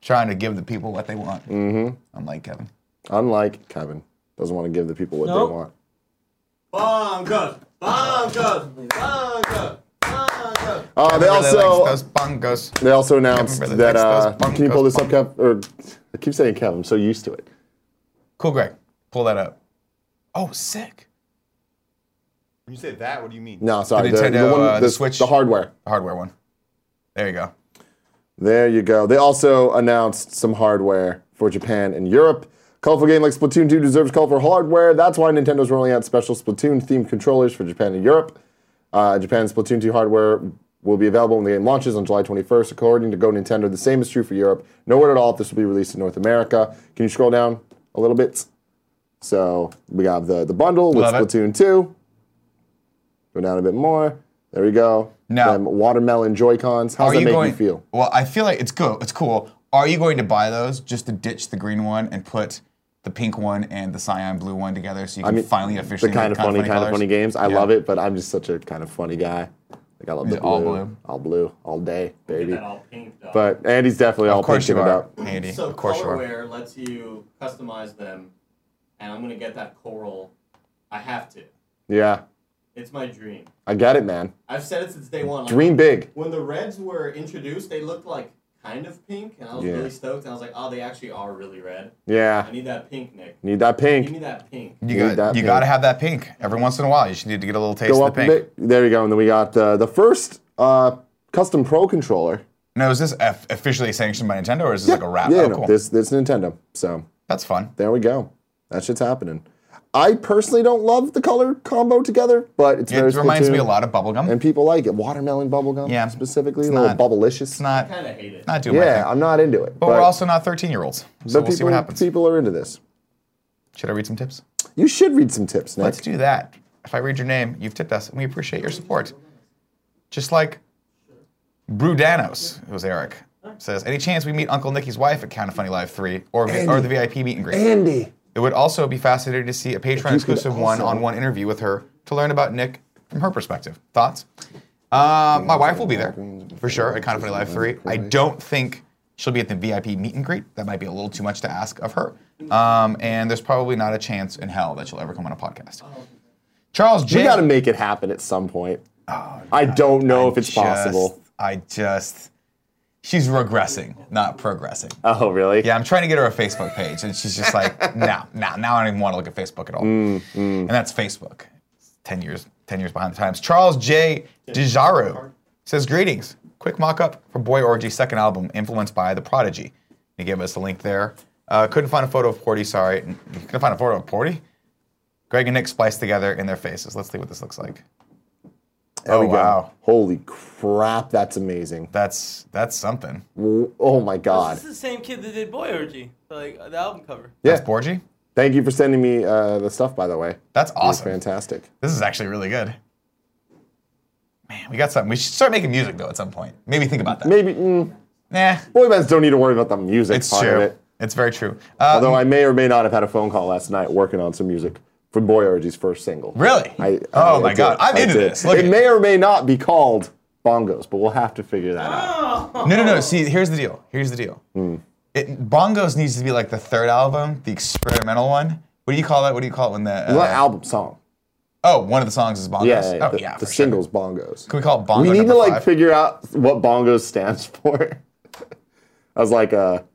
trying to give the people what they want. Mm-hmm. I'm like Kevin. unlike Kevin, doesn't want to give the people what Nope. they want. Bonkers! Bonkers! Bonkers! Bonkers! Uh, they Everybody also likes those bongos. they also announced Everybody that. likes those Uh, can you pull this up, Kev? Or I keep saying Kev. I'm so used to it. Cool, Greg. Pull that up. Oh, sick. When you say that, what do you mean? No, sorry. The, Nintendo, one, uh, the Switch. the hardware. The hardware one. There you go. There you go. They also announced some hardware for Japan and Europe. Colorful game like Splatoon 2 deserves colorful hardware. That's why Nintendo's rolling out special Splatoon themed controllers for Japan and Europe. Uh, Japan's Splatoon 2 hardware will be available when the game launches on July 21st. According to Go Nintendo, the same is true for Europe. Nowhere at all if this will be released in North America. Can you scroll down a little bit? So we got the, the bundle with Love it. Splatoon 2. Go down a bit more. There we go. Now- Them watermelon Joy-Cons. How does that make going, you feel? Well, I feel like it's good. It's cool. Are you going to buy those just to ditch the green one and put the pink one and the cyan blue one together so you can mean, finally officially the kind make of funny, kind of colors? funny games. I Yeah. love it, but I'm just such a kind of funny guy. Like I love the You're all blue, blue. all blue, all day, baby. That all pink, dog. But Andy's definitely all Of course pinking you it are, up. Andy. so of course you are. colorware lets you customize them, and I'm gonna get that coral. I have to. Yeah, It's my dream. I get it, man. I've said it since day one. Like, Dream big. When the reds were introduced, they looked like kind of pink, and I was Yeah. really stoked. And I was like, oh, they actually are really red. I Yeah, need that pink, Nick. need that Give me pink. that pink. You Need got that you pink. got to have that pink every once in a while. You just need to get a little taste Go of up the a pink. bit. There you go. And then we got uh, the first uh, custom pro controller. Now, is this f- officially sanctioned by Nintendo or is this like a wrap? Yeah, oh, no, cool. this this Nintendo. So That's fun. there we go. That shit's happening. I personally don't love the color combo together, but it's It very reminds me a Splatoon, lot of bubblegum. and people like it. Watermelon bubblegum, Yeah, specifically, it's a little not- bubblicious. It's not Kind of hate it. not doing my Yeah, thing. I'm not into it. But, we're also not 13 year olds. So but we'll people, see what happens. people are into this. Should I read some tips? You should read some tips, Nick. Let's do that. If I read your name, you've tipped us, and we appreciate your support. Just like Brudanos, it was Eric, says, any chance we meet Uncle Nicky's wife at Count of Funny Live 3 or, vi- or the VIP meet and greet? Andy. It would also be fascinating to see a Patreon exclusive also- one on one interview with her to learn about Nick from her perspective. Thoughts? Uh, my wife will be there for sure at Kind of Funny Live 3. I don't think she'll be at the VIP meet and greet. That might be a little too much to ask of her. Um, and there's probably not a chance in hell that she'll ever come on a podcast. Charles J. We got to make it happen at some point. I don't know if it's Oh, Just- possible. I just. She's regressing, not progressing. Oh, really? Yeah, I'm trying to get her a Facebook page, and she's just [laughs] like, no, no, now I don't even want to look at Facebook at all. Mm, And that's Facebook. It's ten years, ten years behind the times. Charles J. Dijaru says, "Greetings. Quick mock-up for Boy Orgy's second album, influenced by The Prodigy." He gave us a link there. Uh, couldn't find a photo of Porty. Sorry, couldn't find a photo of Porty. Greg and Nick spliced together in their faces. Let's see what this looks like. There oh we go. wow, Holy crap, that's amazing. that's that's something. W- Oh my God. This is the same kid that did Boy Orgy, like uh, the album cover. That's Yeah. Borgie. Thank you for sending me uh, the stuff, by the way. That's It was awesome. fantastic. This is actually really good. Man, we got something. We should start making music though at some point. Maybe think about that. Maybe mm, Nah, boy bands don't need to worry about the music it's part of true. it. It's very true. Uh, Although I may or may not have had a phone call last night working on some music for Boy Orgy's first single. really? I, oh I my did. god, I'm I into did. this. Look it at- may or may not be called bongos, but we'll have to figure [gasps] that out. no, no, no. See, here's the deal. Here's the deal. Hmm. It, Bongos needs to be like the third album, the experimental one. What do you call that? What do you call it when the uh, Well, album song. oh one of the songs is Bongos? Yeah, yeah, oh the, yeah, for the sure. singles bongos. Can we call it Bongo we need number to like five? figure out what bongos stands [laughs] for. as like a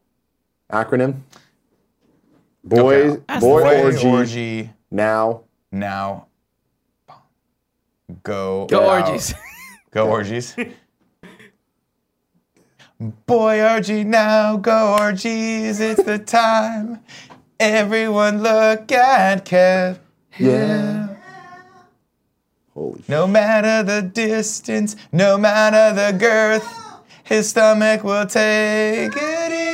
acronym. Boy, Okay. boy Boy orgy, orgy now. now. Go Go out. orgies. [laughs] Go orgies. Boy orgy now, go orgies, it's the time. Everyone look at Kev. Yeah. Holy shit. No matter the distance, no matter the girth, his stomach will take it in.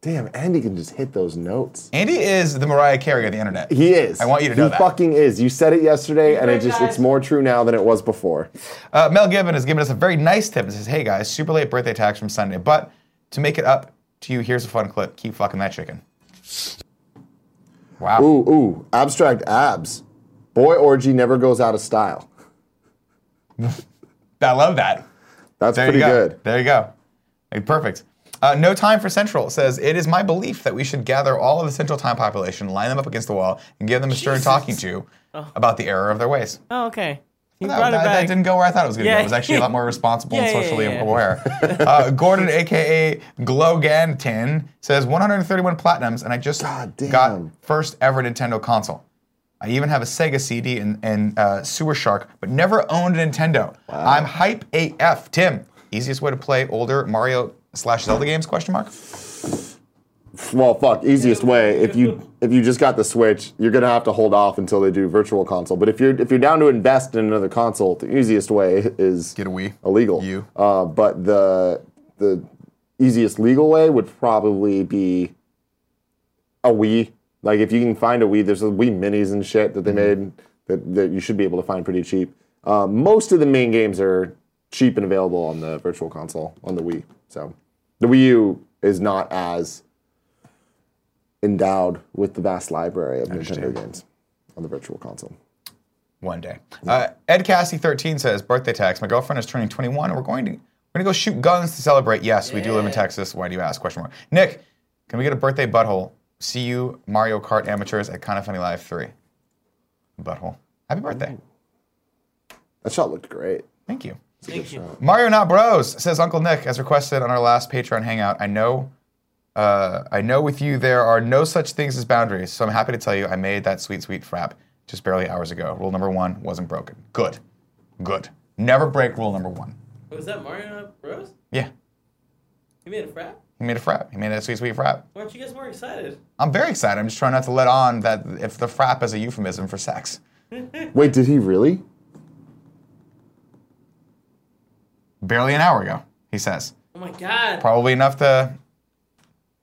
Damn, Andy can just hit those notes. Andy is the Mariah Carey of the internet. He is. I want you to know He that. fucking is. You said it yesterday, and it Great just guys. it's more true now than it was before. Uh, Mel Gibbon has given us a very nice tip and says, Hey guys, super late birthday tax from Sunday, but to make it up to you, here's a fun clip. Keep fucking that chicken. Wow. Ooh, ooh, abstract abs. Boy orgy never goes out of style. I love that. That's There pretty you go. good. There you go. Like, perfect. Uh, no time for Central says it is my belief that we should gather all of the Central Time population, line them up against the wall, and give them a stern Jesus. talking to about the error of their ways. Oh, okay. I He brought it that, that back. didn't go where I thought it was going to go. Yeah. It was actually a lot more responsible [laughs] Yeah, and yeah, socially yeah. aware. [laughs] Uh, Gordon, aka Glogantin, says 131 platinums, and I just God damn. got first ever Nintendo console. I even have a Sega CD and, and uh, Sewer Shark, but never owned a Nintendo. I'm hype AF. Tim, easiest way to play older Mario slash Zelda games? Question mark. Well, fuck. Easiest way if you if you just got the Switch, you're gonna have to hold off until they do Virtual Console. But if you're if you're down to invest in another console, the easiest way is Get a Wii. illegal. You. Uh, but the the easiest legal way would probably be a Wii. Like if you can find a Wii, there's a Wii Minis and shit that they made that, that you should be able to find pretty cheap. Uh, most of the main games are cheap and available on the Virtual Console on the Wii. So the Wii U is not as endowed with the vast library of Nintendo games on the Virtual Console. one day. Uh, Ed Cassie 13 says, birthday tax. My girlfriend is turning 21, and we're going to we're gonna go shoot guns to celebrate. Yes, we do live in Texas. Why do you ask? Question mark. Nick, can we get a birthday butthole? See you, Mario Kart amateurs at Kind of Funny Live 3. Butthole. Happy birthday. That shot looked great. Thank you. Mario Not Bros says Uncle Nick, as requested on our last Patreon hangout. I know, uh, I know. With you, there are no such things as boundaries. So I'm happy to tell you, I made that sweet, sweet frap just barely hours ago. Rule number one wasn't broken. Good, good. Never break rule number one. Oh, Was that Mario Bros? Yeah, You made a frat? he made a frap. He made a sweet, sweet frap. Why aren't you guys more excited? I'm very excited. I'm just trying not to let on that if the frap is a euphemism for sex. Wait, did he really? Barely an hour ago, he says. Oh my god. Probably enough to.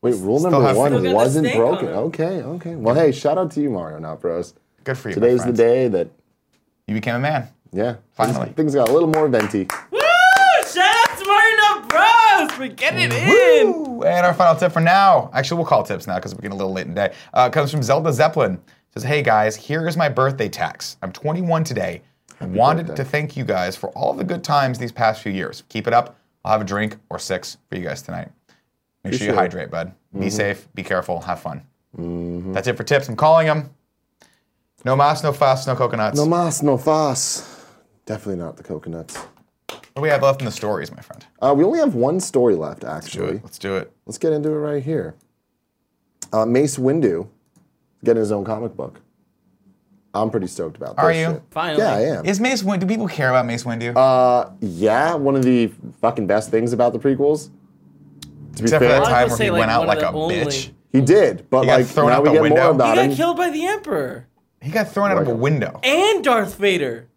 Wait, rule number have- Still one got the wasn't snake on broken. it. Okay, okay. Well, hey, shout out to you, Mario Not Bros. Good for you. my Today's the friends. day that, you became a man. yeah, Finally. things, things got a little more venti. Woo! Shout out to Mario Bros for getting it in. Woo! And our final tip for now, actually, we'll call tips now because we're getting a little late in the day, uh, comes from Zelda Zeppelin. Says, hey guys, here is my birthday tax. I'm 21 today. I wanted birthday. to thank you guys for all the good times these past few years. Keep it up. I'll have a drink or six for you guys tonight. Make sure you Appreciate it. Mm-hmm. hydrate, bud. Be safe, be careful, have fun. That's it for tips. I'm calling them. No mas, no fuss, no coconuts. No mas, no fas. Definitely not the coconuts. what do we have left in the stories, my friend? Uh, we only have one story left, Do actually. it. Let's do it. Let's get into it right here. Uh, Mace Windu getting his own comic book. I'm pretty stoked about Are this you? shit. Finally. Yeah, I am. Is Mace Windu, do people care about Mace Windu? Uh, yeah, one of the fucking best things about the prequels. To be Except for fair, that was time gonna where say, he like, went out one like a of the only- bitch. he did, but He got like thrown now out we the get window? more He He about got him. killed by the Emperor He got thrown out of a Welcome. window. and Darth Vader.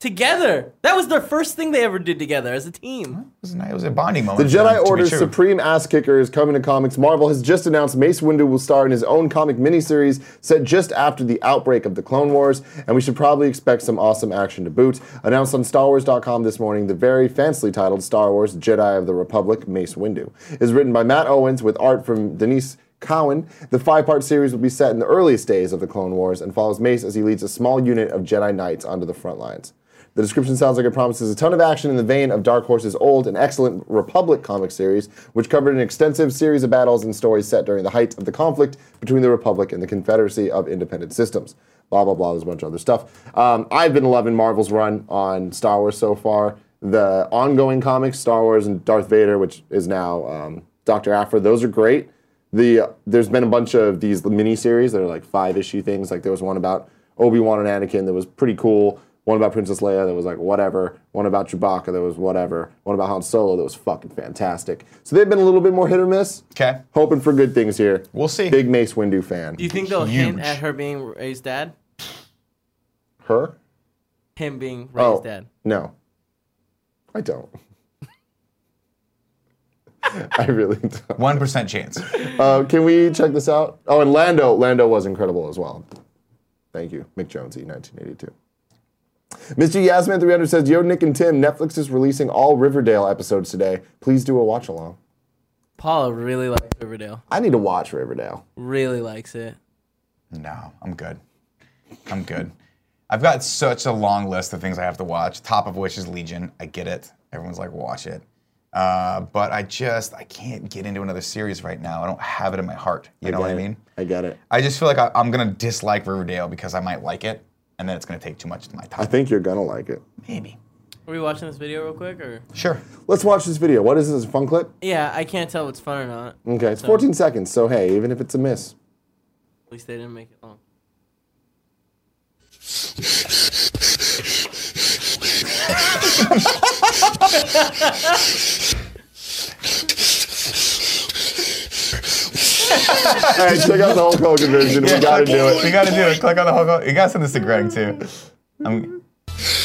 Together. That was their first thing they ever did together as a team. It was, a, nice- it was a bonding The moment. for them, Jedi to be Order's true. Supreme Ass Kicker is coming to comics. Marvel has just announced Mace Windu will star in his own comic miniseries set just after the outbreak of the Clone Wars, and we should probably expect some awesome action to boot. Announced on StarWars.com this morning, the very fancily titled Star Wars Jedi of the Republic Mace Windu is written by Matt Owens with art from Denise Cowan. The five part series will be set in the earliest days of the Clone Wars and follows Mace as he leads a small unit of Jedi Knights onto the front lines. The description sounds like it promises a ton of action in the vein of Dark Horse's old and excellent Republic comic series, which covered an extensive series of battles and stories set during the height of the conflict between the Republic and the Confederacy of Independent Systems. Blah, blah, blah. There's a bunch of other stuff. Um, I've been loving Marvel's run on Star Wars so far. The ongoing comics, Star Wars and Darth Vader, which is now um, Dr. Aphra, those are great the there's been a bunch of these mini series that are like five issue things. Like there was one about Obi Wan and Anakin that was pretty cool. One about Princess Leia that was like whatever. One about Chewbacca that was whatever. One about Han Solo that was fucking fantastic. So they've been a little bit more hit or miss. 'Kay. Hoping for good things here. We'll see. Big Mace Windu fan. Do you think they'll hint Huge. at her being Ray's dad? Her? Him being Ray's Oh, dad. no. I don't. [laughs] I really don't. One percent chance. Uh, can we check this out? Oh, and Lando. Lando was incredible as well. Thank you, Mick Jonesy, 1982. Mr. Yasman300 says, Yo, Nick and Tim, Netflix is releasing all Riverdale episodes today. Please do a watch along. Paula really likes Riverdale. I need to watch Riverdale. Really likes it. No, I'm good. I'm good. I've got such a long list of things I have to watch. Top of which is Legion. I get it. Everyone's like, watch it. Uh, but I just I can't get into another series right now. I don't have it in my heart. You know what I get it. mean? I get it. I just feel like I, I'm gonna dislike Riverdale because I might like it, and then it's going to take too much of my time. I think you're gonna like it. Maybe. Are we watching this video real quick or? Sure. Let's watch this video. What is this? A fun clip? Yeah, I can't tell if it's fun or not. Okay, it's 14 seconds. So hey, even if it's a miss, At least they didn't make it long. hey, check out the Hulk Hogan version. we gotta do it. We gotta do it. Click on the Hulk. You gotta send this to Greg too. I'm,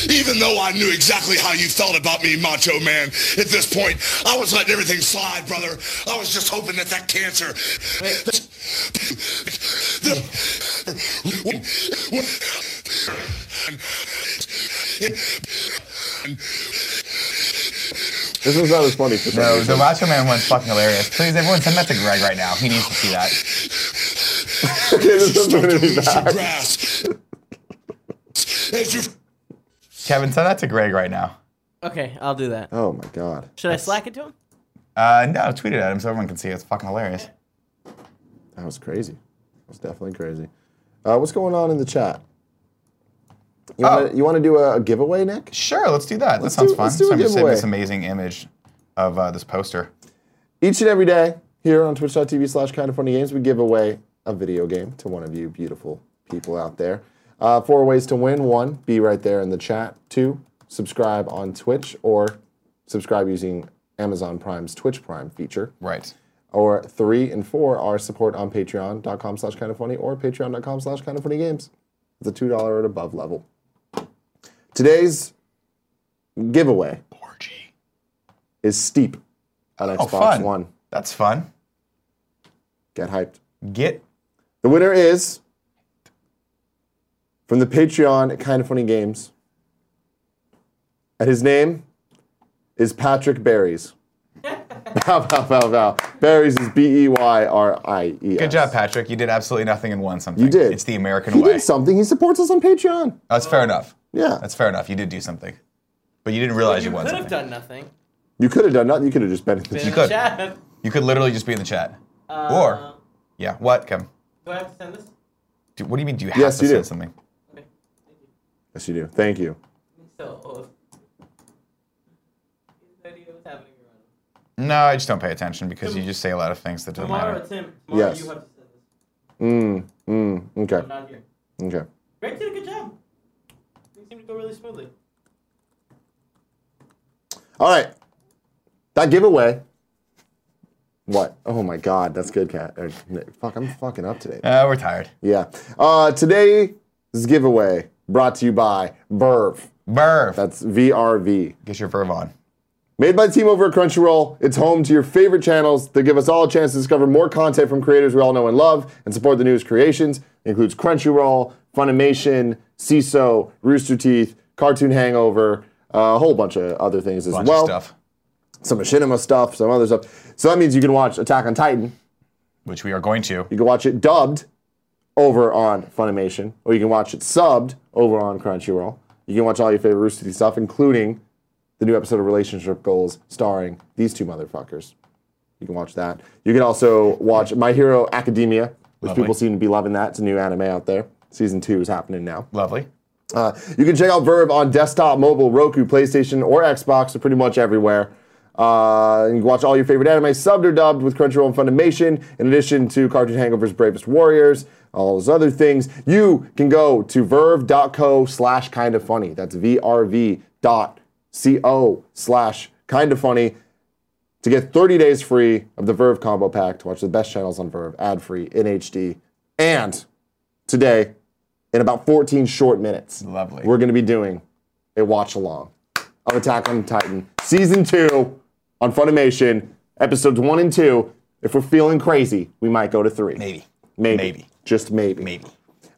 Even though I knew exactly how you felt about me, Macho Man, at this point, I was letting everything slide, brother. I was just hoping that that cancer. This was not as funny. For some no, [laughs] reason. the Macho Man one's fucking hilarious. Please, everyone, send that to Greg right now. He needs to see that. Kevin, send that to Greg right now. Okay, I'll do that. Oh my god. Should I slack it to him? Uh, no, tweet it at him so everyone can see it. It's fucking hilarious. That was crazy. That was definitely crazy. Uh, what's going on in the chat? You want to you want to do a, a giveaway, Nick? Sure, let's do that. Let's that sounds do- fun. let's do a so I'm just saving giveaway. this amazing image of uh, this poster. Each and every day here on twitch.tv slash kind of funny games, we give away a video game to one of you beautiful people out there. Uh, four ways to win. One, be right there in the chat. Two, subscribe on Twitch or subscribe using Amazon Prime's Twitch Prime feature. Right. Or three and four are support on patreon.com slash kind of funny or patreon.com slash kind of funny games. The $2 and above level. Today's giveaway is Steep on Xbox Oh, fun. One. That's fun. Get hyped. Get The winner is from the Patreon at Kind of Funny Games. And his name is Patrick Berries. Bow, bow, bow, bow. Berries is B E Y R I E S. good job, Patrick. You did absolutely nothing and won something. You did. It's the American He way. did something. He supports us on Patreon. That's fair enough. Yeah. That's fair enough. You did do something, but you didn't realize you, could won have something. done nothing. You could have done nothing. You could have just been in Been the in could. the chat. You could literally just be in the chat. Uh, or, yeah, what, Kevin? Do I have to send this? Do, what do you mean? Do you have Yes, to you say do. something? Yes, you do. Thank you. So old. Video is happening around. No, I just don't pay attention because you just say a lot of things that don't Tomorrow matter. it's him. Tomorrow Yes. you have to send this. Mm, mm, okay. I'm not here. Okay. Greg did a good job. Things seem to go really smoothly. All right. That giveaway. What? Oh my God. That's good, Cat. Fuck, I'm fucking up today. Uh, we're tired. Yeah. Uh, today's giveaway brought to you by Verve. Burr, That's V R V. get your verve on. Made by the team over at Crunchyroll, it's home to your favorite channels that give us all a chance to discover more content from creators we all know and love and support the newest creations. It includes Crunchyroll, Funimation, CISO, Rooster Teeth, Cartoon Hangover, uh, a whole bunch of other things as Bunch well. of stuff, Some machinima stuff, some other stuff. So that means you can watch Attack on Titan, which we are going to. You can watch it dubbed over on Funimation, or you can watch it subbed over on Crunchyroll. You can watch all your favorite Rooster Teeth stuff, including the new episode of Relationship Goals starring these two motherfuckers. You can watch that. You can also watch My Hero Academia, which Lovely. people seem to be loving that. It's a new anime out there. Season two is happening now. Lovely. Uh, you can check out Verve on desktop, mobile, Roku, PlayStation, or Xbox. They're pretty much everywhere. Uh, and you can watch all your favorite anime, subbed or dubbed, with Crunchyroll and Funimation, in addition to Cartoon Hangover's Bravest Warriors, all those other things. You can go to verve.co slash kind of funny. That's V-R-V dot C-O slash kind of funny to get 30 days free of the Verve combo pack to watch the best channels on Verve, ad-free, in HD, and today, in about 14 short minutes, Lovely. we're going to be doing a watch along of Attack on Titan season two on Funimation, episodes one and two. If we're feeling crazy, we might go to three. Maybe. Maybe. Maybe. Just maybe. Maybe.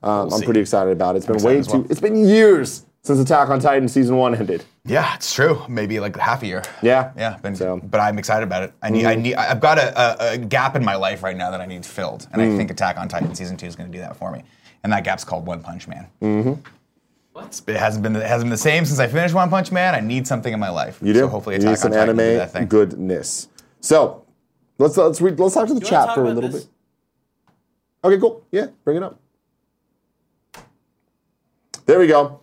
Um, I'm see. pretty excited about it. It's been excited way as too. well. It's been years since Attack on Titan season one ended. Yeah, it's true. Maybe like half a year. Yeah. Yeah, been, So- Mm. but I'm excited about it. I need, I need, I've got a, a, a gap in my life right now that I need filled, and Mm. I think Attack on Titan season two is going to do that for me. And that gap's called One Punch Man. Mm-hmm. What? It hasn't been, it hasn't been the same since I finished One Punch Man. I need something in my life. You do. So hopefully, you Attack need some on Titan will do that anime thing. goodness. So let's let's read, let's talk to the Do you wanna chat talk for a about little this? bit. Okay, cool. Yeah, bring it up. There we go.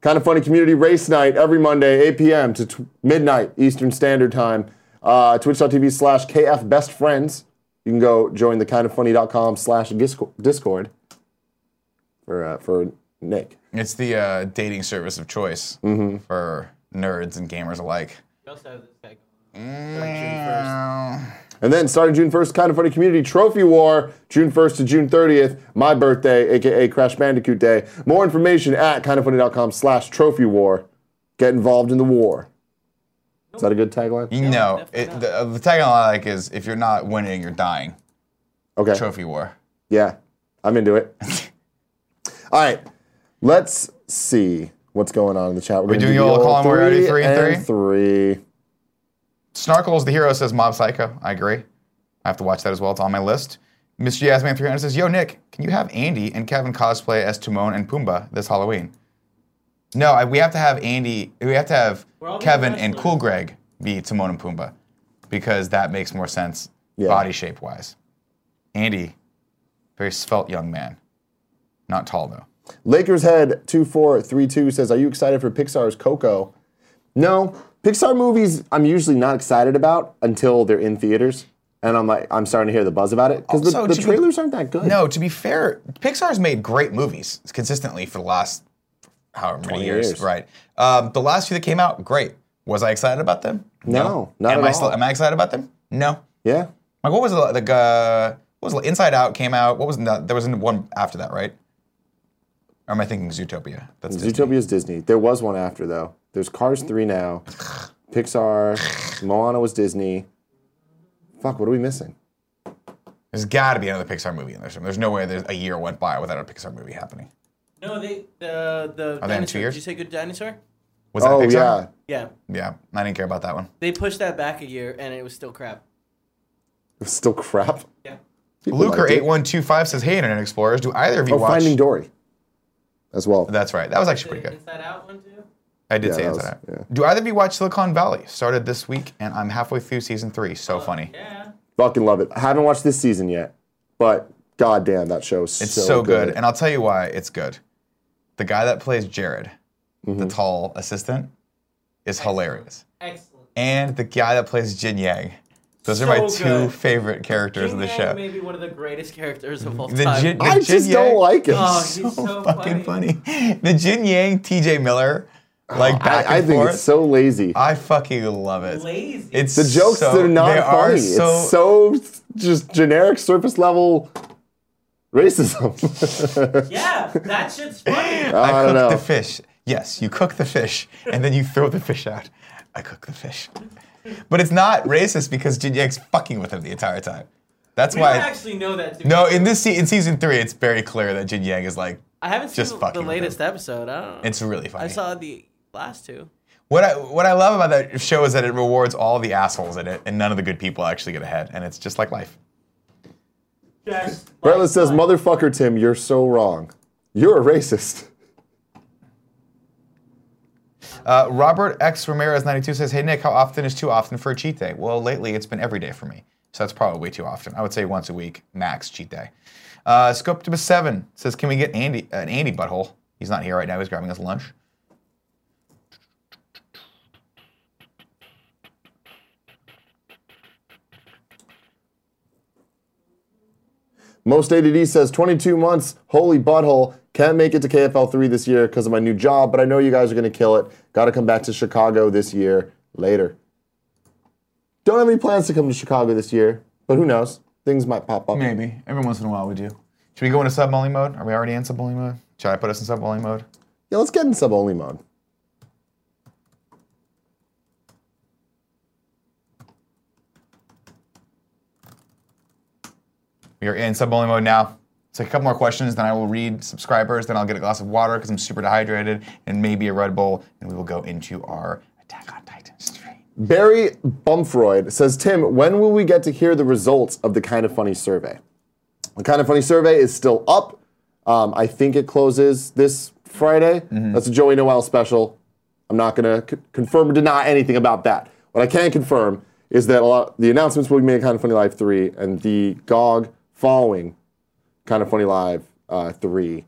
Kind of funny community race night every Monday, 8 p.m. to t- midnight Eastern Standard Time. Uh, Twitch.tv slash KF Best Friends. You can go join the kindoffunny.com slash disco- Discord for, uh, for Nick. It's the uh, dating service of choice for nerds and gamers alike. And then starting June 1st, Kind of Funny Community Trophy War, June 1st to June 30th, my birthday, aka Crash Bandicoot Day. More information at kindoffunny.com slash trophy war. Get involved in the war. Is that a good tagline? You know, it, the, uh, the tagline I like is if you're not winning, you're dying. Okay. Trophy war. Yeah, I'm [laughs] into it. All right, let's see what's going on in the chat. We gonna doing do the a little column already, E three and and three. Snarkles the hero says Mob Psycho. I agree. I have to watch that as well. It's on my list. Mr. Yasman 300 says, Yo, Nick, can you have Andy and Kevin cosplay as Timon and Pumbaa this Halloween? No, I, we have to have Andy, we have to have Kevin and Cool Greg be Timon and Pumbaa because that makes more sense body shape wise. Andy, very svelte young man. Not tall, though. Lakers head 2432 says, Are you excited for Pixar's Coco? No. Pixar movies I'm usually not excited about until they're in theaters. And I'm like, I'm starting to hear the buzz about it. Because the, Also, the to be- trailers aren't that good. No, to be fair, Pixar's made great movies consistently for the last however many 20 years. years. Right. Um, the last few that came out, great. Was I excited about them? No, not am at I all. still- am I excited about them? No. Yeah. Like what was the like uh, what was the- Inside Out came out? What was the, there was one after that, right? Or am I thinking Zootopia? That's Zootopia's Disney. There was one after, though. There's Cars 3 now, Pixar, Moana was Disney. Fuck, what are we missing? There's got to be another Pixar movie in there. somewhere. There's no way there's a year went by without a Pixar movie happening. No, they the the. in two dinosaur- years? Did you say Good Dinosaur? Was that Oh, Pixar? yeah. Yeah, Yeah, I didn't care about that one. they pushed that back a year, and it was still crap. It's still crap. Yeah. Luker liked it. eight one two five says, "Hey, Internet Explorers, do either of you Oh, watch?" Finding Dory as well. That's right. That was actually pretty good. Inside Out one too. I did Yeah, say that Inside was- Out. Do either of you watch Silicon Valley? Started this week, and I'm halfway through season three. So Oh, funny. Fucking love it. I haven't watched this season yet, but goddamn, that show is It's so, so, good. and I'll tell you why it's good. The guy that plays Jared, Mm-hmm. the tall assistant, is hilarious. Excellent. And the guy that plays Jin Yang. Those are So my two good. favorite characters of the show. Maybe one of the greatest characters of all The time. Jin, the Jin Yang- Oh, he's [laughs] so fucking funny. The Jin Yang TJ Miller, like back Oh, I, I and think forth. it's so lazy. I fucking love it. Lazy. It's the jokes so, they're not they are funny. so- it's so just generic surface level [laughs] racism. Yeah, that [laughs] shit's funny. I I, cook don't know. the fish. Yes, you cook the fish and then you throw the fish out. I cook the fish. But it's not racist because Jin Yang's fucking with him the entire time. That's we why. don't actually know that. To be no, true. in this se- in season three, it's very clear that Jin Yang is like. I haven't seen just the- fucking the with latest episode. I don't know. It's really funny. I saw the last two. What I what I love about that show is that it rewards all the assholes in it, and none of the good people actually get ahead, and it's just like life. Bartlett says, "Motherfucker, Tim, you're so wrong. You're a racist." Uh, Robert X Ramirez ninety two says, "Hey Nick, how often is too often for a cheat day?" Well, lately it's been every day for me, so that's probably way too often. I would say once a week max cheat day. Uh, Scopetibus seven says, "Can we get Andy an Andy butthole?" He's not here right now. He's grabbing his lunch. Most ADD says 22 months. Holy butthole. Can't make it to KFL 3 this year because of my new job, but I know you guys are going to kill it. Got to come back to Chicago this year later. Don't have any plans to come to Chicago this year, but who knows? Things might pop up. Maybe every once in a while we do. Should we go into sub only mode? Are we already in sub only mode? Should I put us in sub only mode? Yeah, let's get in sub only mode. We are in sub only mode now. It's like a couple more questions, then I will read subscribers, then I'll get a glass of water because I'm super dehydrated, and maybe a Red Bull, and we will go into our Attack on Titan stream. Barry Bumfroyd says, Tim, when will we get to hear the results of the Kind of Funny survey? The Kind of Funny survey is still up. Um, I think it closes this Friday. That's a Joey Noel special. I'm not going to c- confirm or deny anything about that. What I can confirm is that a lot, the announcements will be made at Kind of Funny Live 3, and the GOG following Kind of Funny Live uh, 3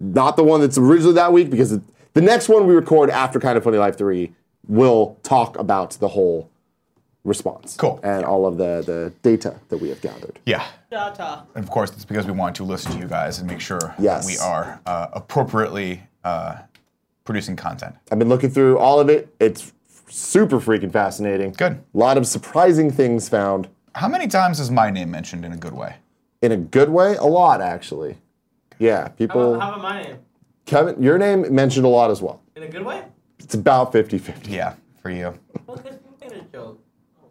Not the one that's originally that week because it, the next one we record after Kind of Funny Life 3 will talk about the whole response. Cool. And all of the, the data that we have gathered. Yeah. Data. And of course, it's because we want to listen to you guys and make sure Yes. that we are uh, appropriately uh, producing content. I've been looking through all of it. It's super freaking fascinating. Good. A lot of surprising things found. How many times is my name mentioned in a good way? In a good way? A lot, actually. Yeah, How people. about, how about my name? Kevin, your name mentioned a lot as well. In a good way? It's about 50 50. Yeah, for you. Well, because you made a joke.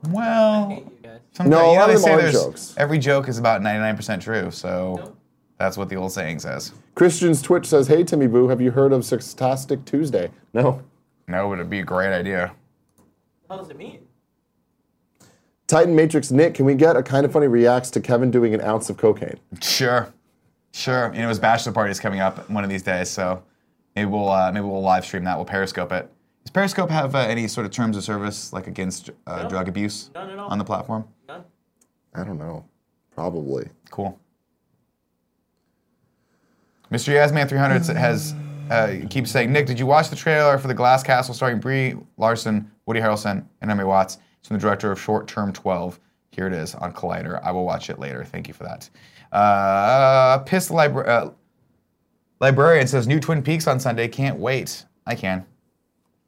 Well, sometimes, No, you a lot know, of they them say are there's jokes. every joke is about 99% true, so that's what the old saying says. Christian's Twitch says, Hey, Timmy Boo, have you heard of Sextastic Tuesday? No. No, but it'd be a great idea. What does it mean? Titan Matrix Nick, can we get a kind of funny reacts to Kevin doing an ounce of cocaine? Sure, sure. You know, his bachelor party is coming up one of these days, so maybe we'll uh, maybe we'll live stream that. We'll Periscope it. Does Periscope have uh, any sort of terms of service like against uh, No. drug abuse None at all. on the platform? None. I don't know. Probably. Cool. Mr. Yasman 300 has uh, keeps saying, Nick, did you watch the trailer for The Glass Castle starring Brie Larson, Woody Harrelson, and Emmy Watts? It's from the director of Short Term 12. Here it is on Collider. I will watch it later. Thank you for that. Uh, Pissed Libra- uh, Librarian says, New Twin Peaks on Sunday. Can't wait. I can.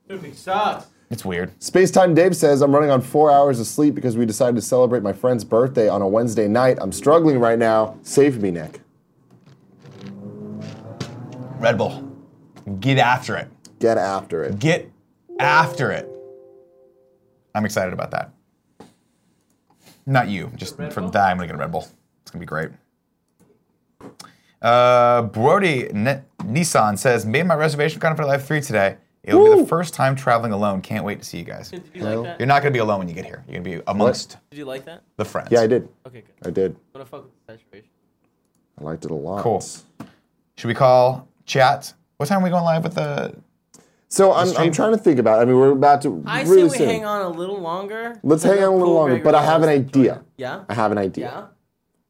Movie sucks. It's weird. Space Time Dave says, I'm running on four hours of sleep because we decided to celebrate my friend's birthday on a Wednesday night. I'm struggling right now. Save me, Nick. Red Bull. Get after it. Get after it. Get after it. I'm excited about that. Not you, just for that, I'm gonna get a Red Bull. It's gonna be great. Uh, Brody N- Nissan says, made my reservation kind of for Life 3 today. It'll be the first time traveling alone. Can't wait to see you guys. you like Well- that? You're not gonna be alone when you get here. You're gonna be amongst Did you like that? the friends. Yeah, I did. Okay, good. I did. What a fucking saturation. I liked it a lot. Cool. Should we call chat? What time are we going live with the? So I'm, I'm trying to think about it. I mean, we're about to I really say we soon. hang on a little longer. Let's hang on a little longer, but I have an idea. Yeah? I have an idea. Yeah?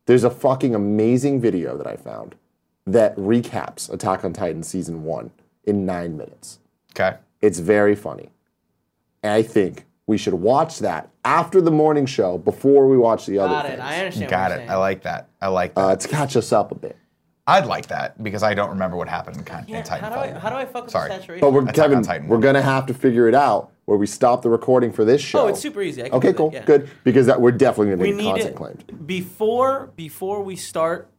There's a fucking amazing video that I found that recaps Attack on Titan season one in nine minutes. Okay. It's very funny. And I think we should watch that after the morning show before we watch the other Got it. things. I understand. Got what it. you're I like that. I like that. Uh, to catch us up a bit. I'd like that because I don't remember what happened in, Con- in saying. How do I Titanfall. how do I fuck up Sorry. the saturation? But we're Attack on Kevin. Titan We're gonna have to figure it out where we stop the recording for this show. Oh, it's super easy. I can okay, do that, cool, yeah. good. Because that we're definitely gonna we make need content it claimed. before before we start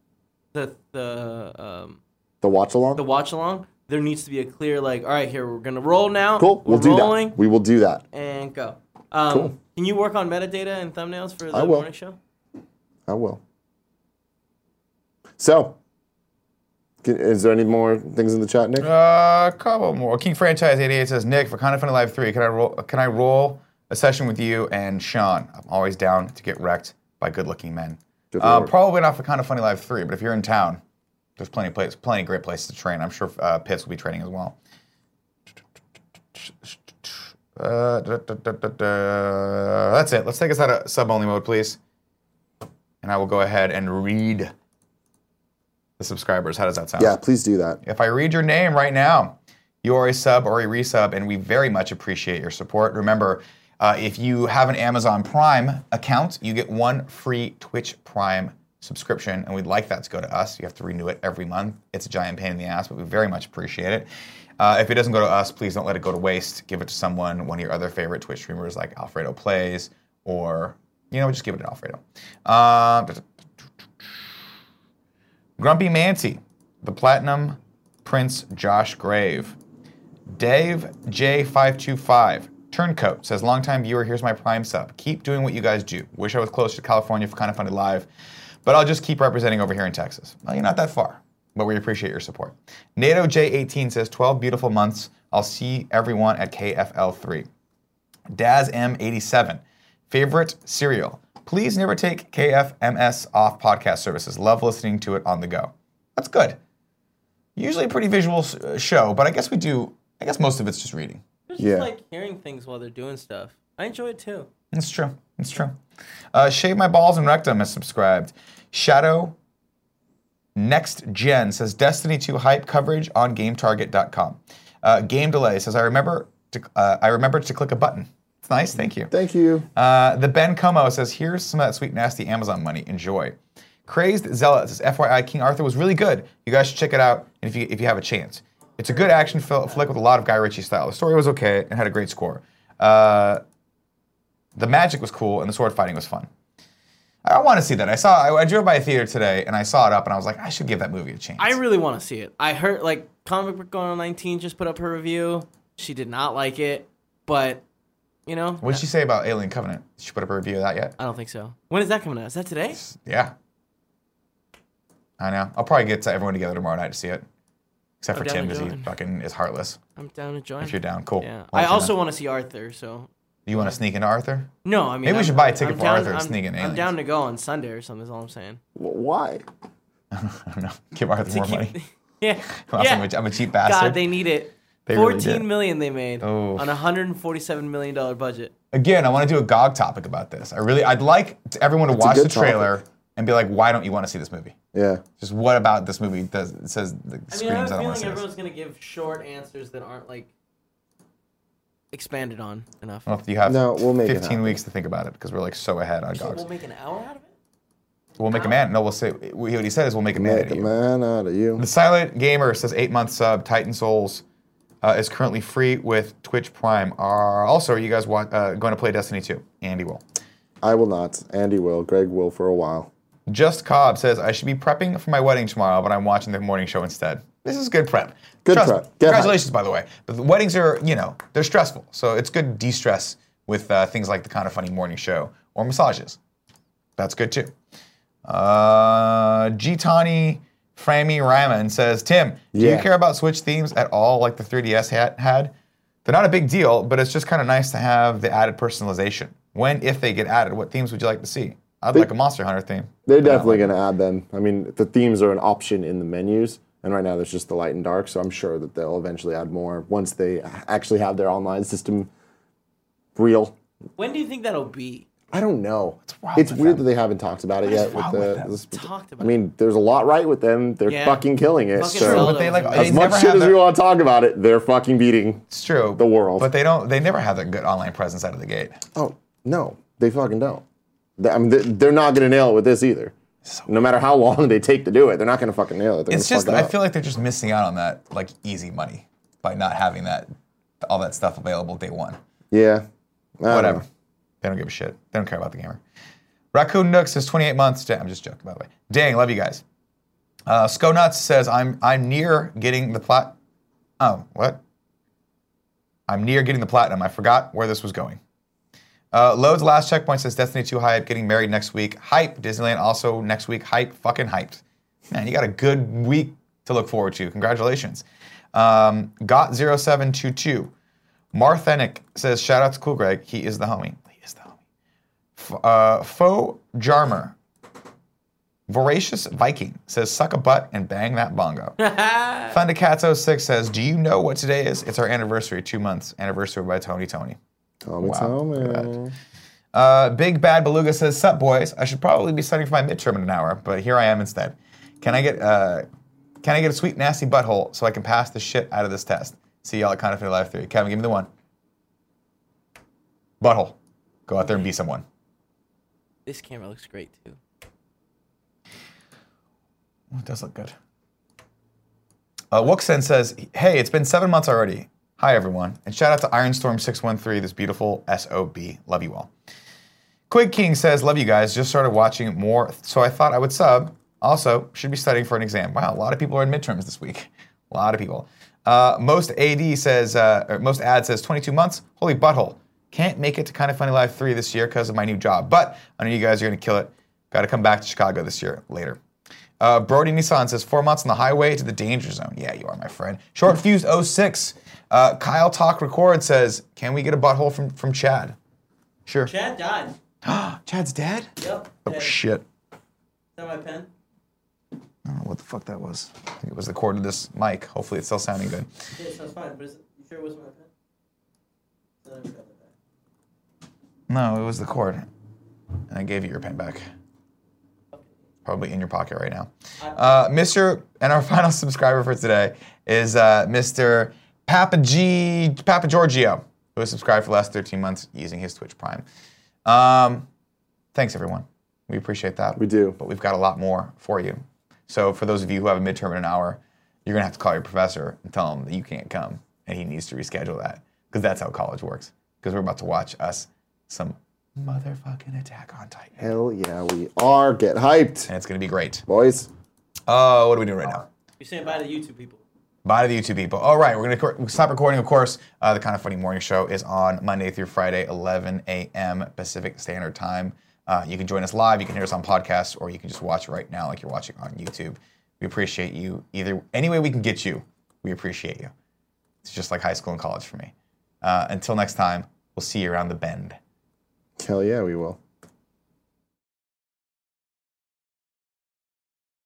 the the um The watch along. the watch along. There needs to be a clear like, all right, here we're gonna roll now. cool. we're We'll do rolling that. We will do that. and go. Um, Cool. Can you work on metadata and thumbnails for the I will. morning show? I will. So, can, is there any more things in the chat, Nick? Uh, couple more. King Franchise 88 says, Nick, for Kind of Funny Live 3, can I roll can I roll a session with you and Sean? I'm always down to get wrecked by good looking men. Good Uh, lord. probably not for Kind of Funny Live 3, but if you're in town, there's plenty of place, plenty of great places to train. I'm sure uh, Pitts will be training as well. Uh, da- da- da- da- da. That's it. Let's take us out of sub only mode, please. And I will go ahead and read the subscribers. How does that sound? yeah, please do that. If I read your name right now, you are a sub or a resub, and we very much appreciate your support. Remember, uh, if you have an Amazon Prime account, you get one free Twitch Prime subscription, and we'd like that to go to us. You have to renew it every month. It's a giant pain in the ass, but we very much appreciate it. Uh, if it doesn't go to us, please don't let it go to waste. Give it to someone, one of your other favorite Twitch streamers like Alfredo Plays, or, you know, just give it to Alfredo. Um, Grumpy Mancy, the Platinum Prince Josh Grave, Dave J525, Turncoat says, longtime viewer, here's my prime sub. Keep doing what you guys do. Wish I was closer to California for Kind of Funny Live, but I'll just keep representing over here in Texas. Well, you're not that far, but we appreciate your support. NATO J18 says, 12 beautiful months. I'll see everyone at KFL3. Daz M87. Favorite cereal. Please never take KFMS off podcast services. Love listening to it on the go. That's good. Usually a pretty visual s- uh, show, but I guess we do. I guess most of it's just reading. It's Yeah. just like hearing things while they're doing stuff. I enjoy it too. That's true. That's true. Uh, Shave my balls and rectum has subscribed. Shadow Next Gen says Destiny 2 hype coverage on GameTarget.com. Uh, Game Delay says I remember to, uh, I remembered to click a button. It's nice. Thank you. Thank you. Uh, the Ben Como says here's some of that sweet nasty Amazon money. Enjoy. Crazed Zealot says FYI King Arthur was really good. You guys should check it out if you if you have a chance. It's a good action fil- flick with a lot of Guy Ritchie style. The story was okay and had a great score. Uh, the magic was cool and the sword fighting was fun. I want to see that. I saw. I, I drove by a theater today and I saw it up and I was like, I should give that movie a chance. I really want to see it. I heard like comic book going on 19 just put up her review. She did not like it, but you know, What did she say about Alien Covenant? Did she put up a review of that yet? I don't think so. When is that coming out? Is that today? Yeah. I know. I'll probably get to everyone together tomorrow night to see it. Except I'm for down Tim to because he join. fucking is heartless. I'm down to join. If you're down, cool. Yeah. I'll I let you also know. want to see Arthur, so You want to sneak into Arthur? [laughs] no, I mean maybe we I'm- should buy a I'm ticket for down- Arthur and I'm- sneak in I'm Alien. down to go on Sunday or something. Is all I'm saying. Why? I don't know. Give Arthur [laughs] more [laughs] money. [laughs] Yeah. I'm yeah. a- I'm a cheap bastard. God, they need it. They really did. Fourteen million they made Oh. on a hundred and forty-seven million dollar budget. Again, I want to do a GOG topic about this. I really, I'd like to- everyone to That's a watch the good topic. trailer and be like, why don't you want to see this movie? Yeah. Just what about this movie does it says the I mean, I have screams I, a don't feeling want to see this. everyone's gonna give short answers that aren't like expanded on enough. Well, you have No, we'll make it 15 happen. weeks to think about it because we're like so ahead on So GOGs. we'll make an hour out of it. We'll make a man. No, we'll say what he said is we'll make a man. out Make of a you. man out of you. The Silent Gamer says eight month sub. Titan Souls uh, is currently free with Twitch Prime. Are also, are you guys want, uh, going to play Destiny 2? Andy will. I will not. Andy will. Greg will for a while. Just Cobb says I should be prepping for my wedding tomorrow, but I'm watching the morning show instead. This is good prep. Good Trust prep. me. Get Congratulations, by the way. But the weddings are, you know, they're stressful, so it's good to de-stress with uh, things like the kind of funny morning show or massages. That's good too. Uh, Gitani Frami Raman says, Tim, do Yeah. you care about Switch themes at all, like the 3DS hat had? They're not a big deal, but it's just kind of nice to have the added personalization. When, if they get added, what themes would you like to see? I'd like a Monster Hunter theme. They're definitely going to add them. I mean, the themes are an option in the menus, and right now there's just the light and dark, so I'm sure that they'll eventually add more once they actually have their online system real. When do you think that'll be? I don't know. It's, wrong with weird that they haven't talked about it yet. With wrong the, with them? this- Talked I about. mean, there's a lot right with them. They're Yeah. fucking killing it. Fucking so Zelda. But they like As they as much never shit have as that- we want to talk about it, they're fucking beating. It's true. the world. But they don't. They never have that good online presence out of the gate. Oh no, they fucking don't. They- I mean, they- they're not going to nail it with this either. no matter how long they take to do it, they're not going to fucking nail it. They're It's gonna just fuck it I up. feel like they're just missing out on that like easy money by not having that all that stuff available day one. yeah. I don't Whatever. know. They don't give a shit. They don't care about the gamer. Raccoon Nooks is 28 months. Da- I'm just joking, by the way. Dang, love you guys. Uh, Skonuts says I'm I'm near getting the plat. Oh, what? I'm near getting the platinum. I forgot where this was going. Uh, Load's last checkpoint says Destiny 2 hype, getting married next week. Hype, Disneyland also next week. Hype, fucking hyped. Man, you got a good week to look forward to. Congratulations. Um, Got0722. Marthenic says, shout out to Cool Greg. He is the homie. He is the homie. F- uh, Faux Jarmer. Voracious Viking says, suck a butt and bang that bongo. Thundercats06 says, do you know what today is? It's our anniversary, two months anniversary by Tony Tony. Tell me, Wow, tell me. Uh, Big Bad Beluga says, Sup, boys. I should probably be studying for my midterm in an hour, but here I am instead. Can I get uh, can I get a sweet, nasty butthole so I can pass the shit out of this test? See y'all at Counterfeit Live 3. Kevin, give me the one. Butthole. Go out there and be someone. This camera looks great too. It does look good. Uh, Wooksen says, Hey, it's been seven months already. Hi, everyone. And shout out to Ironstorm613, this beautiful SOB. Love you all. Quig King says, Love you guys. Just started watching more, so I thought I would sub. Also, should be studying for an exam. Wow, a lot of people are in midterms this week. A lot of people. Uh, most AD says, uh, or most ad says 22 months. Holy butthole. Can't make it to Kind of Funny Live 3 this year because of my new job, but I know you guys are going to kill it. Got to come back to Chicago this year later. Uh, Brody Nissan says, four months on the highway to the danger zone. Yeah, you are, my friend. Short Fused 06. Uh, Kyle Talk Record says, can we get a butthole from, from Chad? Sure. Chad died. Chad's dad? Yep. Oh, Chad. shit. Is that my pen? I don't know what the fuck that was. I think it was the cord of this mic. Hopefully, it's still sounding good. Yeah, it sounds fine. But is it, you sure it wasn't my pen? So then we got it back. No, it was the cord. And I gave you your pen back. probably in your pocket right now. Uh, Mr. and our [laughs] final subscriber for today is uh, Mr. Papa G Papa Giorgio, who has subscribed for the last 13 months using his Twitch Prime. Um, thanks everyone. We appreciate that. We do. But we've got a lot more for you. So for those of you who have a midterm in an hour, you're gonna have to call your professor and tell him that you can't come and he needs to reschedule that. Because that's how college works. Because we're about to watch us some motherfucking attack on Titan. Hell yeah, we are. Get hyped. And it's going to be great. Boys. Oh, what are we doing right now? You're saying bye to the YouTube people. Bye to the YouTube people. All right, we're going to stop recording, of course. Uh, the Kind of Funny Morning Show is on Monday through Friday, 11 a.m. Pacific Standard Time. Uh, you can join us live, you can hear us on podcasts, or you can just watch right now like you're watching on YouTube. We appreciate you. Either any way we can get you, we appreciate you. It's just like high school and college for me. Uh, until next time, we'll see you around the bend. Hell yeah, we will.